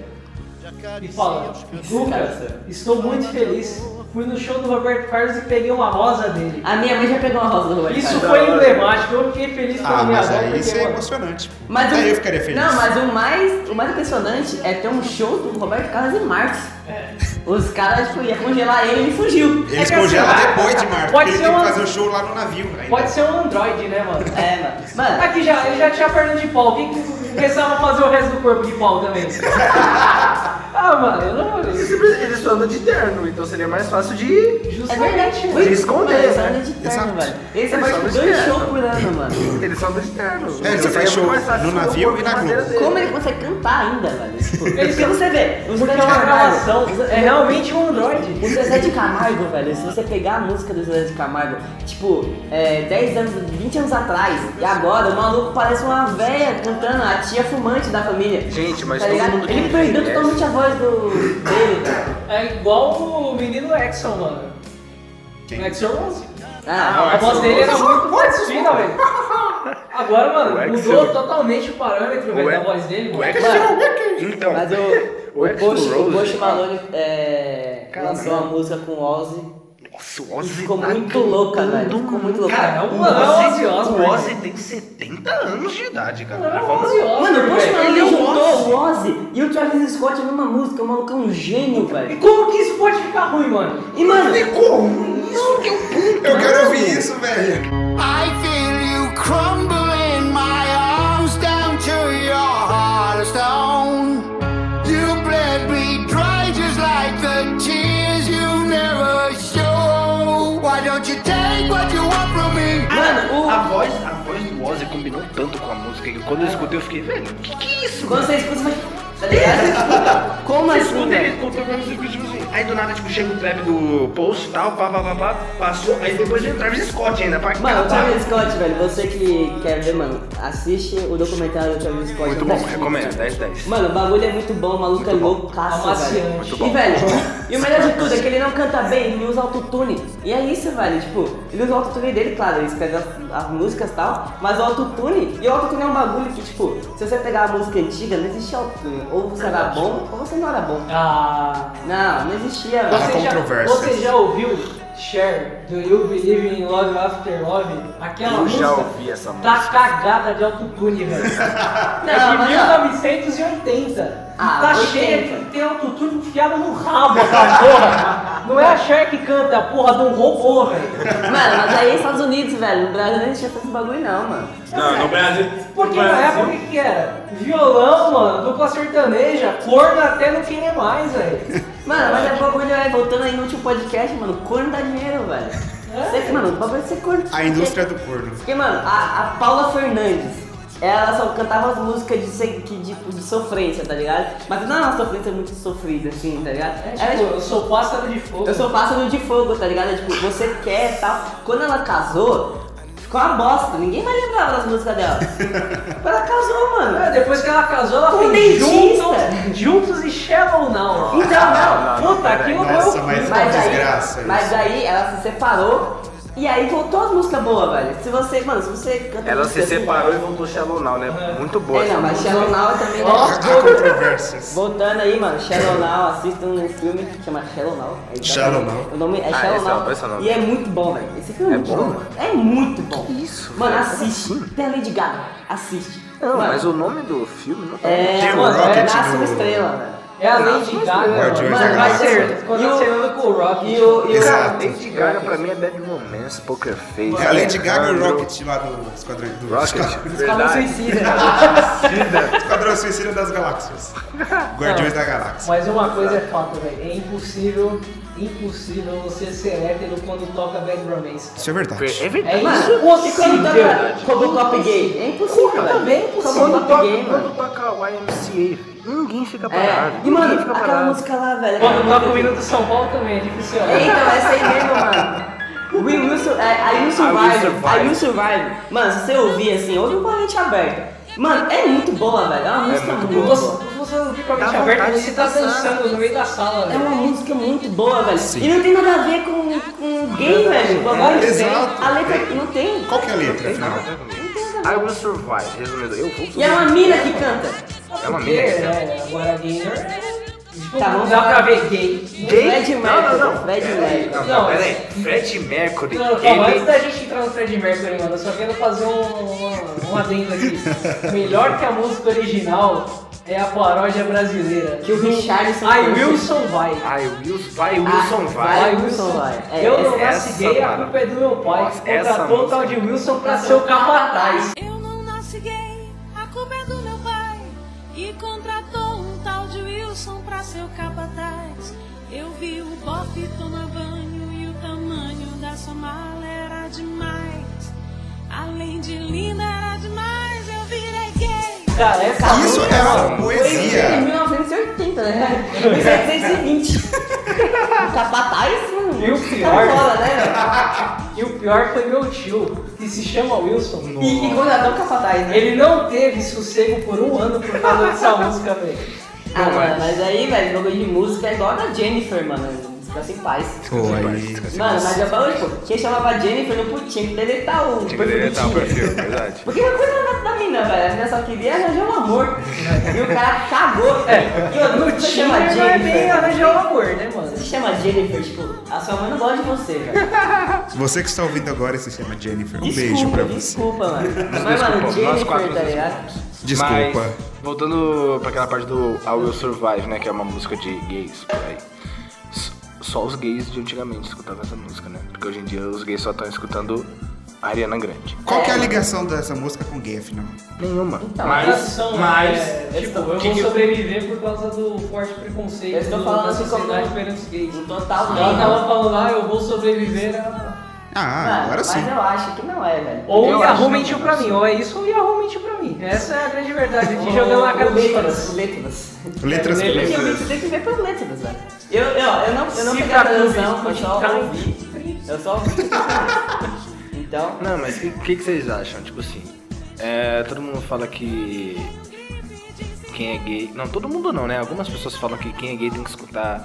e fala: Lucas, estou muito feliz. Fui no show do Roberto Carlos e peguei uma rosa dele.
A minha mãe já pegou uma rosa do Roberto
Isso
Carlos.
foi emblemático. Eu fiquei feliz pela
Ah,
minha
mas
avó.
aí
porque,
isso é
mano,
emocionante. pô.
Mas
Até
o-
eu ficaria feliz.
Não, mas o mais, o mais impressionante é ter um show do Roberto Carlos em março. Os caras, tipo, iam congelar ele e ele fugiu.
É
Eles
que assim,
congelam
ah,
depois de março, porque
pode
ele
ser
tem que
uma-
fazer o show lá no navio. ainda.
Pode ser um Android, né, mano?
É, mano. Mano,
Tá Aqui já, ele já tinha a perna de pau. Quem que pensava fazer o resto do corpo de pau também? ah, mano, eu não.
Eles só andam de terno, então seria mais fácil de.
é
Justamente,
verdade.
mano.
Ui,
Se esconder,
mano, essa
né?
onda de terno,
Exato.
velho. Esse é
Eles
mais
só
tipo,
não
dois
esperam.
shows por ano, mano.
Eles só andam de terno.
É, você
Eu
faz
ia
show
conversar
no
com o
navio
povo
e na
maneira
Globo.
dele.
Como ele consegue cantar ainda, velho? Tipo, porque você vê, os
Porque é
caras de
uma
Camargo-
gravação. É realmente um Android.
O Zezé de Camargo, velho, se você pegar a música do Zezé de Camargo, tipo, é, 10 anos, 20 anos atrás, e agora o maluco parece uma véia cantando, a tia fumante da família.
Gente, mas
tá
todo
ligado?
mundo que
Ele perdeu
envelhece-
totalmente a voz do, dele, velho.
É igual o menino Exxon, mano.
Quem?
O Exxon Rose.
Ah,
A voz dele era muito parecida, velho. Agora, mano,
O
mudou
Axl-
totalmente o parâmetro, velho,
O
da
Ax-
voz dele,
O
mano.
Axl-
é
Então.
mas o,
O
o,
Axl
Post, o
Rose. tá-
Post Malone é, lançou uma música com o Ozzy,
Nossa, o Ozzy
Ficou
tá
muito louca,
cantando
velho. Ficou muito louca.
um
Cara,
Não,
o,
não,
Ozzy,
Ozzy Osbourne,
o Ozzy tem 70 anos de idade, cara.
Tá
é um
Vamos-
Mano, eu posso falar, ele um
Ele é o
juntou o Ozzy e o Travis Scott numa música, o maluco é um gênio,
E
velho.
como que isso pode ficar ruim, mano?
E mano,
Eu quero ouvir isso, velho.
I feel you crumble in my arms down to your heart of stone. You bled me dry just like the tears you never show. Why don't you take what you want from me?
mano, o-
A voz, a voz do Ozzy combinou tanto com a música que quando eu escutei eu fiquei, velho, que que é isso?
quando você escuta, você fala, tá ligado? Como assim,
Quando
velho?
ele contou é pra música, tipo assim, aí do nada, tipo, chega o trap do Post e tal, pá, pá, pá, pá, passou, aí depois vem o Travis Scott ainda, pra
Mano, o
acabar.
Travis Scott, velho, você que quer ver, mano, assiste o documentário do Travis Scott.
Muito
no
bom,
Netflix,
recomendo, é
cara.
10, 10.
Mano, o bagulho é muito bom, o maluco é loucaço, velho.
Muito
E, velho, e o melhor de tudo é que ele não canta bem, ele usa autotune. E é isso, velho, tipo, ele usa o autotune dele, claro, ele escreve as, as músicas e tal, mas o autotune, e o autotune é um bagulho que, tipo, se você pegar a música antiga, não existia autotune. Ou você era bom, ou você não era bom.
Ah.
Não, não existia, velho.
Você já- controvérsias.
você já ouviu Share do You Believe in Love After Love? Aquela
Eu
música
já ouvi essa música.
tá cagada de autotune, velho.
Não,
é
mas
de
não.
1980.
Ah,
tá
80.
cheia de ter autotune enfiado no rabo, essa porra. Não é a Cher que canta, é a porra de um robô, velho.
Mano, mas aí é Estados Unidos, velho, no Brasil não existia esse bagulho não, mano.
Não, no Brasil.
Porque
no
na
Brasil-
época o que que era? Violão, mano, dupla sertaneja, corno até não querer mais, velho.
Mano, mas é bagulho, é, voltando aí no último podcast, mano, corno dá dinheiro, velho. Você, mano, o bagulho é ser corno.
A indústria do corno.
Porque, mano, a, a Paula Fernandes, ela só cantava as músicas de, se- que, de, de sofrência, tá ligado? Mas não é uma sofrência muito sofrida, assim, tá ligado?
É,
Ela,
tipo, eu sou pássaro de fogo.
eu sou pássaro de fogo, tá ligado? É tipo, você quer e tal. Quando ela casou, ficou uma bosta. Ninguém vai lembrar das músicas dela. ela casou,
É,
mano.
depois que ela casou, ela
Com
fez
Um dentista.
juntos, juntos e Shallow Now.
Então, não.
Puta, aquilo foi
Nossa,
o-
mas que
Mas
desgraça
aí, mas
isso.
aí ela se separou e aí voltou as músicas boas, velho. Se você, mano, se você canta
Ela
música
se
assim,
separou e voltou Shallow Now, né? Muito boa.
É, não, mas Shallow Now também. né?
Há controvérsias.
Voltando aí, mano, Shallow Now, assistam um filme que chama Shallow Now. É exatamente-
Shallow Now.
O nome é
Ah, esse
Shallow
é o-
Now.
esse é o nome.
E é muito bom, velho. Esse filme é,
É
muito
bom?
bom. mano. É muito bom.
isso,
Mano,
velho? assim?
assiste. Tem a Lady Gaga. Assiste.
Não,
Mano,
mas o nome do filme não tá.
É,
Tem o
mano, é
Rocket
Nasce uma
do-
estrela, velho.
É a Lady Gaga.
Guardiões
mano,
da
vai
Galáxia.
ser. Quando
E o-
você anda com o Rock. tipo,
E o. E o
Exato.
Lady Gaga pra mim é Bad Romance, Poker Face.
É a Lady Gaga e o
Alejandro,
Rocket lá do Esquadrão, do
Rocket,
Esquadrão
verdade.
Suicida.
Esquadrão Suicida das Galáxias. Guardiões da Galáxia.
Mas uma coisa é fato, velho. É impossível, impossível você ser hétero quando toca Bad Romance.
Isso é verdade.
É verdade.
É
Mano, e quando
impossível.
toca Robocop gay? É impossível, velho.
também é impossível.
Robocop gay, mano.
Quando toca o YMCA, ninguém fica parado.
É. E,
ninguém
mano,
fica
aquela
parado.
música lá, velho. é
Quando
aquela
toca o
música-
hino do São Paulo também é difícil.
É, Então, essa aí mesmo, mano. We will sur é, I will survive. I will survive. Mano, se você ouvir assim, ouve com a mente aberta. Mano, é muito boa, velho. É uma música muito boa.
Você, você não fica com a mente
Dá
aberta,
vontade
você
de
tá
dançar. né?
dançando no meio da sala,
É
velho.
uma música muito boa, velho. E não tem nada a ver com, com gay,
Tipo,
velho.
É
Agora
Exato.
A letra não tem.
Qual que é a letra, afinal?
É. I will survive. Resumindo, eu vou
E é uma mina que canta.
É uma
Porque,
mina.
né, Agora gay não é. Tipo,
Tá,
não
vamos
dá
lá.
pra ver gay. é
Fred Mercury. Fred Mercury. é-
Não, É,
Não,
não, peraí. Fred Mercury,
Não, calma, antes
ele...
da gente entrar no Fred Mercury, mano, eu só quero fazer um, um, um adendo aqui. Melhor que a música original é a paródia brasileira.
Que o Richardson
I
fez.
Wilson vai.
I will... Vai, Wilson,
Ah,
vai.
vai. Wilson vai. É,
eu não
essa-
nasci gay, a
essa
culpa é do meu pai.
Nossa,
que
essa
contratou o tal de
música.
Wilson pra ser o capataz.
Eu não nasci gay, a culpa é do meu pai que contratou um tal de Wilson pra ser o capataz. Eu vi o bofe tomar banho e o tamanho da sua mala era demais. Além de linda, era demais, eu virei gay.
Cara, essa
Isso
música,
é
mano,
uma
Em
poesia.
1980, né? 1720. O Capataz, mano.
E o
Tá
pior-
foda, né, velho?
E o pior foi meu tio, que se chama Wilson.
E, e contratou o Capataz, né?
Ele não teve sossego por um ano por causa dessa música, velho.
Ah, mano, mas aí, velho, jogo de música é igual a da Jennifer, mano. Descansa em paz.
Pô, aí.
Mano, mas eu falo, tipo, quem chamava Jennifer não podia, tinha que tá deletar o
Tinha que
tá um
deletar o
do Tinder.
perfil, verdade.
Porque a coisa da, da mina, velho, a mina só queria arranjar um amor. e o cara cagou. É. E eu não se chama
Tinder é bem
Jennifer.
arranjar um amor, né, mano?
Se chama Jennifer, tipo, a sua mãe não gosta de você, velho.
Você que está ouvindo agora se chama Jennifer. Um
Desculpa,
beijo pra você.
desculpa, mano. Mas, mano,
desculpamos, nós quatro
Jennifer,
nos
tá ligado?
Desculpa.
Mas, voltando pra aquela parte do I Will Survive, né? Que é uma música de gays por aí. S- Só os gays de antigamente escutavam essa música, né? Porque hoje em dia os gays só estão escutando Ariana Grande.
Qual que é a ligação dessa música com gay, afinal?
Nenhuma.
Então,
mas,
né?
né? mas,
tipo, eu
que
vou
que-
sobreviver por causa do forte preconceito
Eu estou
do-
falando
da
assim como-
sociedade perante os gays.
Um total
Ela tava
não.
falando, ah, eu vou sobreviver a...
Ah,
Mano,
agora sim.
Mas eu acho que não é, velho.
Ou
Eu
o
acho
Yahoo
que
mentiu
não,
pra
não
mim, ou é isso ou o Yahoo mentiu pra mim. Essa é a grande verdade, de jogando
Ou-
na cara
ou
dos
letras.
fãs.
Letras.
Letras
É,
pretas.
letras.
Eu vi que tem que ver pelas letras, velho. Eu, eu, eu não, eu não
Se
peguei
pra
a tradução, eu
clube,
só
tá.
ouvi. Eu só ouvi. Então,
Não, mas o que, que vocês acham? Tipo assim, é, todo mundo fala que quem é gay. Não, todo mundo não, né? Algumas pessoas falam que quem é gay tem que escutar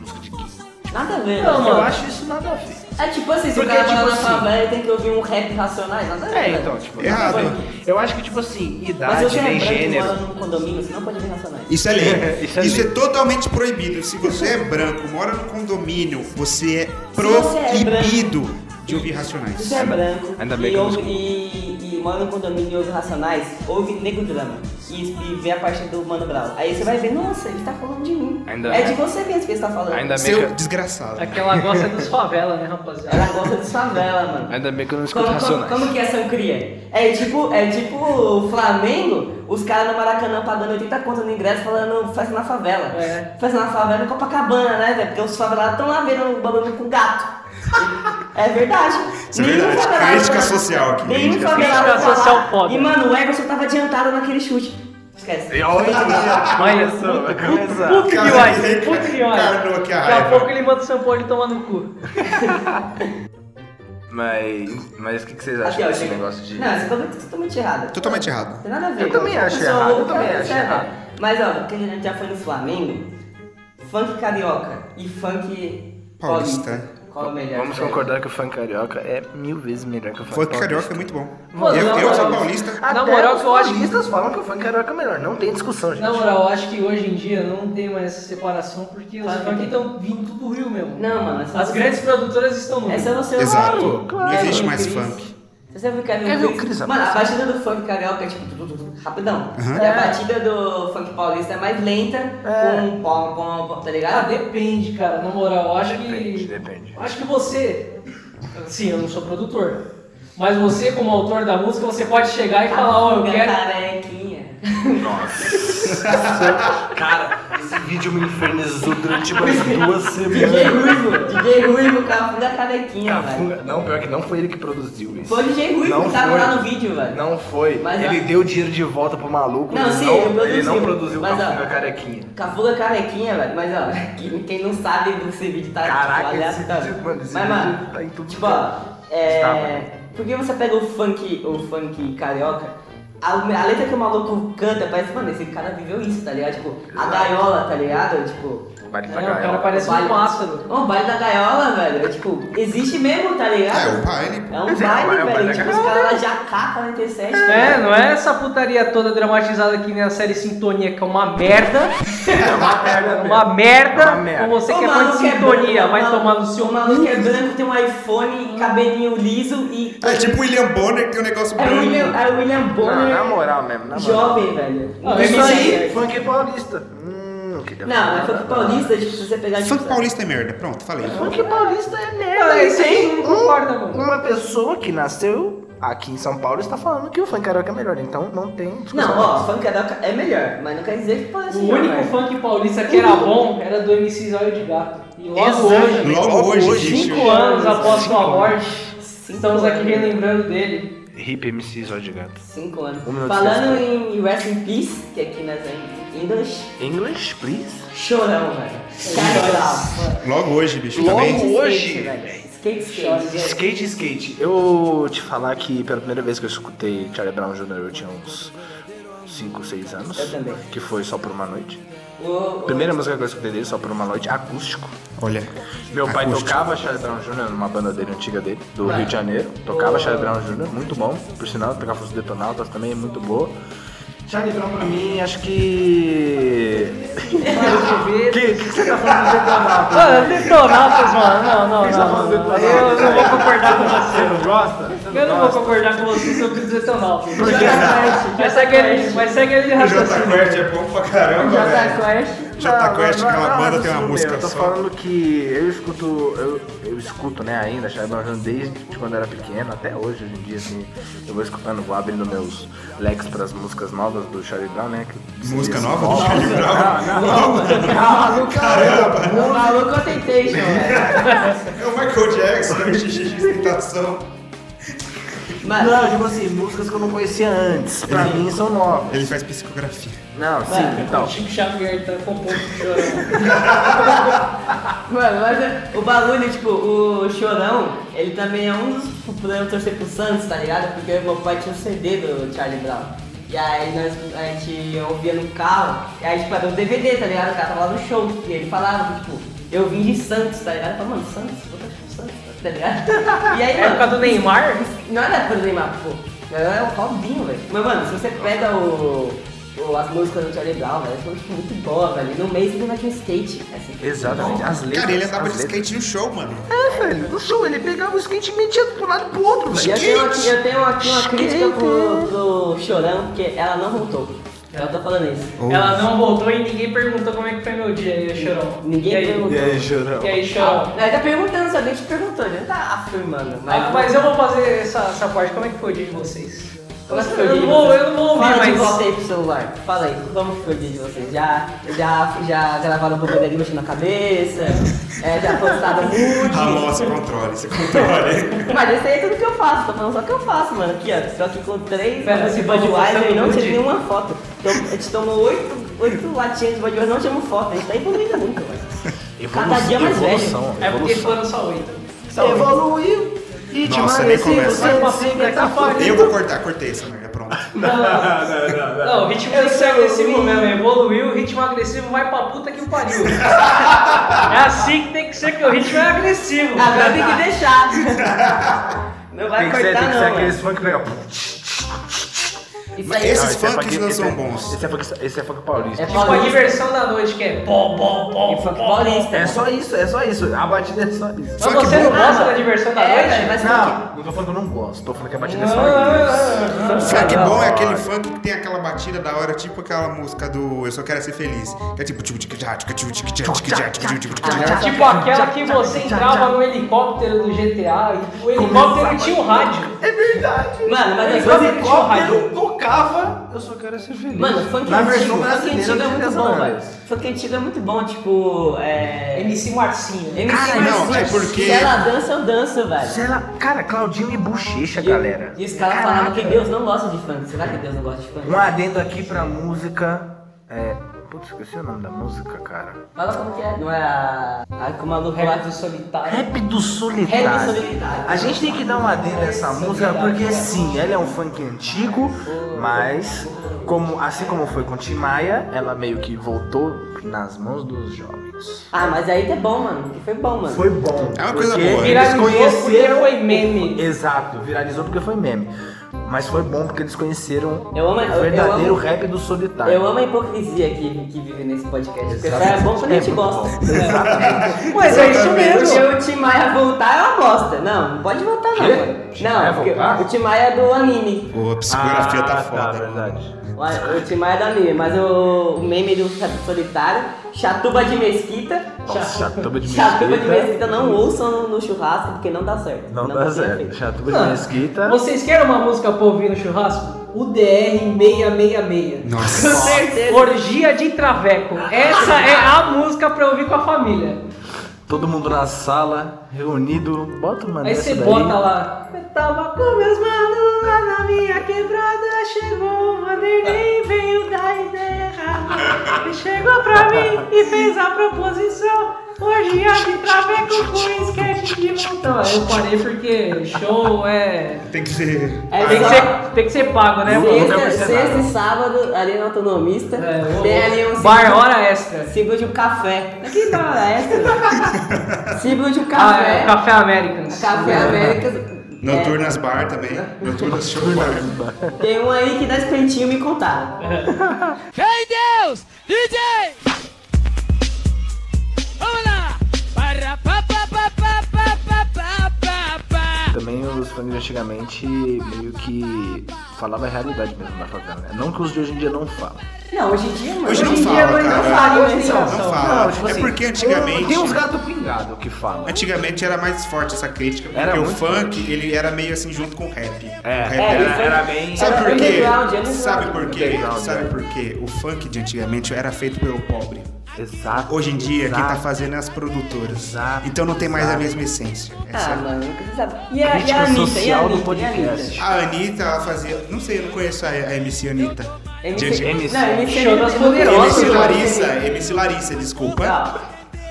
música de gay.
nada a ver,
Não,
né?
Eu
mano.
acho isso nada a ver.
É tipo assim, se o
Porque,
cara mora
tipo
na
assim-
favela, tem que ouvir um rap racionais, nada a ver.
É,
né?
então, tipo,
Errado.
eu acho que tipo assim,
Mas se
idade,
você é
nem
branco e
gênero.
mora num condomínio, você não pode ouvir racionais.
Isso é lei.
Isso é
Isso
lei.
é totalmente proibido. Se você é branco, mora no condomínio, você é
você é
proibido de ouvir racionais.
Se você é branco
Ainda bem
e,
que eu não
ouve, e, e mora num condomínio e ouve racionais, ouve nego drama e, e vê a parte do Mano Brown. Aí você vai ver, nossa, ele tá falando de mim.
Ainda-
é de você mesmo que ele tá falando.
Ainda bem, que
Seu
eu,
desgraçado.
Aquela gosta dos favelas, né, rapaziada?
Ela gosta de favela, mano.
ainda bem que eu não escuto
Como, como,
racionais.
como que é São Cria? É tipo, é tipo o Flamengo, os caras no Maracanã pagando 80 contas no ingresso falando festa na favela.
É.
Festa na favela em Copacabana, né, velho? Porque os favelados estão lá vendo o bagulho com gato. é verdade.
Isso é verdade.
favelado
Crítica
fala-
social aqui,
Nenhum
crítica
favelado
social.
um fala,
Social foda.
E mano, o Everson tava adiantado naquele chute. Esquece.
É
Olha
Começou, vai começar.
Puta que
Cara,
ódio,
ele
puta que
encarnou
ódio.
aqui a
Daqui a
raiva.
pouco ele manda o Sampaoli tomar no cu.
Mas, mas o que, que vocês
Aqui,
acham
ó,
desse
chega.
negócio de.
Não, isso é totalmente errado.
Totalmente errado.
Não tem nada a ver.
Eu também
Então,
acho
pessoal,
errado, eu
ouve,
também
cara,
acho
sério.
errado.
Mas ó, porque a gente já foi no Flamengo, funk carioca e funk
Paulista.
Qual é o melhor?
Vamos
sério?
concordar que o funk carioca é mil vezes melhor que o funk
Foi que carioca
paulista.
é muito bom.
Mano,
Eu,
na
eu sou
moral.
paulista.
Na
Até
moral,
os
que eu acho-
paulistas falam que o funk carioca é melhor. Não tem discussão, gente.
Na moral, eu acho que hoje em dia não tem mais essa separação, porque os
Claro que
funk
tem.
estão vindo tudo do Rio mesmo.
Não, mano, é essa
As grandes produtoras estão no Rio.
Essa é você
Exato. Não
claro.
existe mais
Cris.
funk.
Se Você viu que
Quer ver o Cris,
Mano, a
rapaz?
batida do funk carioca é tipo tu, tu, tu, tu, rapidão.
Aham.
E a batida do funk paulista é mais lenta,
É.
com pom, pom, pom, tá
Ah,
ligado?
depende, cara. Na moral, eu acho
Depende,
que.
depende.
eu Acho que você. Sim, eu não sou produtor. Mas você, como autor da música, você pode chegar e
Tá
falar, ó, eu
Capunga,
quero.
Carequinha.
Nossa. Cara, esse vídeo me infernizou durante umas duas
DJ
semanas.
Ruivo, DJ Ruivo, Capunga, Carequinha, velho.
Cafunga- Não, pior que não foi ele que produziu isso.
Foi o DJ Ruivo
Não
que tava
foi.
lá no vídeo, velho.
Não foi.
Mas,
ele
ó.
deu o dinheiro de volta pro maluco.
Não,
ele,
sim, ele
não,
produziu.
ele não produziu
Mas, ó.
Cafunga Carequinha.
Cafuga carequinha, velho. Mas ó, quem, quem não sabe do que esse vídeo tá
Caraca,
tipo,
esse
aleatório.
vídeo, mano, esse
Mas,
vídeo
mano,
tá em tudo
Tipo,
que né?
ó,
Está,
é.
mano.
Por que você pega o funk, o funk carioca? A, a letra que o maluco canta parece, mano, esse cara viveu isso, tá ligado? Tipo, a gaiola, tá ligado? Tipo.
Vale
Não, o cara parece
Baile-
um pássaro.
Não, o baile da gaiola, velho. É, tipo, existe mesmo, tá ligado?
É, o baile.
É um
Mas é,
baile,
é o baile
velho.
da
tipo, os caras lá já K47.
É, não é essa putaria toda dramatizada aqui na série Sintonia, que é uma merda.
É merda
Uma merda.
É uma merda.
Ou você
Ô,
que é fã
maluco
de
é
sintonia,
branco,
vai
maluco-
tomar no seu
O maluco é
cu. Hum.
branco, tem um iPhone, cabelinho liso e.
É tipo o William Bonner que tem um negócio
É o William,
branco.
é o William
Não,
Bonner.
na moral mesmo, na moral.
jovem, velho.
Não, é
Isso
mas
aí-
Funk paulista. Hum, não queria
Não,
falar
mas funk
nada.
paulista, tipo, se você pegar. tipo,
Funk paulista é merda. Pronto, falei.
Funk paulista é merda.
Ah,
e
isso aí
tem um-
não concorda, mano.
Uma pessoa que nasceu aqui em São Paulo está falando que o funk carioca é melhor, então não tem discussão.
Não, ó, funk carioca é melhor, mas não quer dizer que assim, pode ser.
O único funk paulista que era bom era do MC Zóio de Gato. E logo hoje,
Logo hoje, gente.
cinco anos após sua morte, estamos aqui relembrando dele.
Hip MC Zó de Gato.
5 anos.
Um minuto
Falando
de
em Rest in Peace, que aqui nós é em English,
English, please?
chorão, velho. Cara,
Logo hoje, bicho,
Logo
também.
hoje?
Skate, skate.
Skate, skate. Eu te falar que pela primeira vez que eu escutei Charlie Brown Jr. eu tinha uns 5, 6 anos.
Eu também.
Que foi Só Por Uma Noite.
O- o-
Primeira música que eu escutei dele, Só Por Uma Noite, acústico.
Olha.
Meu pai
Acústico.
tocava Charlie Brown Jr. numa banda dele antiga dele, do
Ah.
Rio de Janeiro. Tocava Charlie Brown Jr., muito bom. Por sinal, tocava os Detonautas também, é muito boa. Charlie Brown pra mim, acho que... O que, que você tá falando do Detonautas?
Mano, detonautas, mano. Não, não, não. não, não. Eu não vou concordar com você.
Você não gosta? Você
Eu não vou concordar com você sobre os detonautas. Mas segue ele, mas segue ele de raciocínio.
Quest é bom pra caramba,
Jota Quest.
Jota Quest, aquela banda tem uma
Não, assim
música
Eu tô
só.
falando que eu escuto, eu, eu escuto, né, ainda, Charlie Brown Jr. desde de quando eu era pequeno, até hoje, hoje em dia, assim, eu vou escutando, vou abrindo meus leques pras músicas novas do Charlie Brown, né? que-
Música
assim,
nova do Charlie Brown?
Maluco, caramba. Maluco, eu tentei, velho.
É o Michael Jackson, de tentação.
Mano,
Não, tipo assim, músicas que eu não conhecia antes, pra mim são novas.
Ele faz psicografia.
Não, sim, então.
o Chico Xavier tá compondo o chorão.
Mano, mas o bagulho, tipo, o Chorão, ele também é um dos tipo, podemos torcer pro Santos, tá ligado? Porque meu pai tinha um CD do Charlie Brown. E aí nós, a gente ouvia no carro, e aí tipo, era um DVD, tá ligado? O cara tava lá no show, e ele falava, que, tipo, eu vim de Santos, tá ligado? Eu falava, mano, Santos, vou torcer pro Santos, tá ligado? E aí,
É por causa do Neymar?
Não era por Neymar, pô. Era o Robinho, velho. Mas, mano, se você pega o, o- as músicas do Charlie Brown, velho, são, tipo, muito boas, velho. E No mês ele vai ter um skate, assim.
Exatamente, as letras.
Cara, ele
as
andava de
letras.
skate no show, mano.
É, velho, no show, ele pegava o skate e metia de um lado pro outro,
E eu
velho.
tenho aqui, eu tenho aqui uma crítica pro, pro Chorão, porque ela não voltou. Eu tô falando isso.
Ela não voltou e ninguém perguntou como é que foi meu dia, e aí, chorão.
Ninguém
E aí,
perguntou. E aí,
chorão?
E aí, chorão.
Ele tá perguntando, se alguém te perguntou, ele não tá afirmando. Mas,
Ah, mas eu vou fazer essa, essa parte. Como é que foi o dia de vocês?
Como é que foi o
eu
dia
não
de
vou,
vocês?
eu não vou ouvir,
Fala de
mas.
volta aí pro celular. Fala aí, como que foi o dia de vocês? Já, já, já gravaram um pouco dele mexendo na cabeça? É, já postaram
Alô,
nude?
você controle, você controle.
Mas esse aí é tudo que eu faço, tô falando só o que eu faço, mano. Aqui, ó, tô aqui com três
Pera,
latas de
você falou
Budweiser e não
postando
tirei
nude?
nenhuma foto. Então, a gente tomou oito, oito latinhas de Budweiser, não tiramos foto. A gente tá evoluindo nunca, mano. Cada dia mais velho.
evolução,
É porque
evolução.
foram só oito.
Evoluiu e tipo, te
Nossa, nem
emagreci,
começa.
você
Vai pra
se
frente, vai pra
metafora.
Eu vou cortar, cortei essa merda, pronto.
Não, o ritmo agressivo mesmo, evoluiu, o ritmo é agressivo vai pra puta que pariu. é assim que tem que ser, que o ritmo é agressivo.
Agora tem que deixar. Não vai
Tem que ser,
cortar,
tem que ser
não,
aqueles
mano.
funk que pega.
Isso
Mas
aí.
Esses
é
funks
funk-
não são
esse-
bons.
Esse é funk, esse é funk paulista.
É
É,
Tipo a
paulista.
diversão da noite, que é bom, bom,
E
bom.
funk paulista.
só isso, é só isso. A batida é só isso.
Mas
Só que
você não
bom.
gosta da diversão da
É,
noite?
velho, mas funk-
Não, não tô falando que eu não gosto, tô falando que a batida é só isso.
Funk
Ah,
bom é
olha.
aquele funk que tem aquela batida da hora, tipo aquela música do Eu Só Quero É Ser Feliz. Que é tipo. tic, tic, tac, tic, tic, tic, tic, tic, tic, tic, tic, tic.
Tipo aquela que você entrava no helicóptero do GTA e o helicóptero tinha um rádio.
É verdade.
Mano, mas é
Só
coisa
ficou rádio.
tocava, eu só quero ser feliz.
Mano, funk
Na
antigo,
versão
funk
brasileira
antigo é
não tem
muito
as
bom, velho.
bandas.
Funk antigo é muito bom, tipo, é...
MC Marcinho.
MC
Cara,
Marcinho.
não, é porque-
Se ela dança, eu danço, velho.
Ela, cara, Claudinho e Bochecha,
E-
galera.
E os caras
Caraca.
falavam que Deus não gosta de funk. Será que Deus não gosta de funk?
Um adendo aqui pra música. É. Putz, esqueci o nome da música, cara.
Fala como que é. Não é a... a que o maluco lá
Rap
do
do solitário.
Rap do Solitário.
Rap do Solitário.
A gente tem que dar um adendo nessa música porque sim, ela é um funk antigo, mas como, assim como foi com Tim Maia, ela meio que voltou nas mãos dos jovens.
Ah, mas aí tá bom, mano. Porque foi bom, mano.
Foi bom.
É uma coisa
porque
boa.
Eles
Viralizou porque
conheceram
foi meme.
Exato, viralizou porque foi meme. Mas foi bom porque eles conheceram
Eu amo- eu-
o verdadeiro
eu amo-
rap do solitário.
Eu amo a hipocrisia que, que vive nesse podcast. Porque só é
Exatamente.
bom quando a gente
É muito
gosta.
bom. Exatamente.
Mas é isso
Porque
mesmo.
o Tim Maia voltar é uma bosta. Não, não pode voltar, não,
Quê?
mano.
Tim Maia
Não, porque
voltar?
o Tim Maia é do anime.
Pô, a psicografia
Ah,
tá
Tá,
foda.
verdade.
O, o Tim Maia é do anime, mas o, o meme do Chato Solitário, Chatuba de Mesquita.
Nossa, chatuba de
Chatuba de
mesquita.
Mesquita não ouçam no, no churrasco porque não dá certo.
Não dá
tem
certo.
efeito.
Chatuba de mesquita.
Vocês querem uma música pra ouvir no churrasco? O DR 666.
Nossa.
Orgia de Traveco. Essa é a música pra ouvir com a família.
Todo mundo na sala, reunido. Bota uma
Aí
dessa
você
daí.
bota lá. Eu tava com meus manos lá na minha quebrada. Chegou o Vanderlei, veio da ideia errada. E chegou pra mim e fez a proposição. O Hoje eu me traveco com esquete de montão. Aí eu parei porque show é.
Tem que ser.
É
Tem que
só
ser, tem que ser pago, né?
sexta,
mano?
sexta e sábado, ali no autonomista,
É, o-
tem ali um
Bar
símbolo-
hora extra.
símbolo de um café. Aqui tá hora extra. símbolo de um
Ah, é,
café.
Café Americans.
Café Américas. é,
Noturnas Bar também. Noturnas Show Bar.
tem um aí que dá espentinho me contar.
Vem Deus, DJ! Vamos lá! Para, pa, pa, pa, pa, pa, pa, pa, pa, pa.
Também os fãs de antigamente meio que falava a realidade mesmo na favela, né? Não que os de hoje em dia não falam.
Não, hoje em dia, mano.
Hoje não
em
fala,
dia, mano,
cara.
não fala,
Hoje
né?
não
Não fala.
Não, tipo
é
assim,
porque antigamente.
Tem uns gatos pingados que falam.
Antigamente era mais forte essa crítica, porque
Era
o
muito
funk ele era meio assim junto com o rap.
É,
o rap
É,
era,
isso
era bem.
Sabe
Era
por quê?
underground, underground.
Sabe por quê?
Underground,
Sabe
é.
por quê? O funk de antigamente era feito pelo pobre.
É, Exato.
Hoje em dia, quem
exato.
tá fazendo é as produtoras.
Exato,
então não tem mais a
exato.
mesma essência. Essa- é
Ah, mano, nunca se sabe. E a, e a
Crítica
Anitta, e a
social do
Anitta, e a
podcast.
Anitta.
A Anitta, ela fazia. Não sei, eu não conheço a, a MC Anitta. De
MC,
antigamente.
não, MC,
Show das
MC
Poderosas, né?
MC
Nossa,
Larissa, MC Larissa, desculpa.
Tá.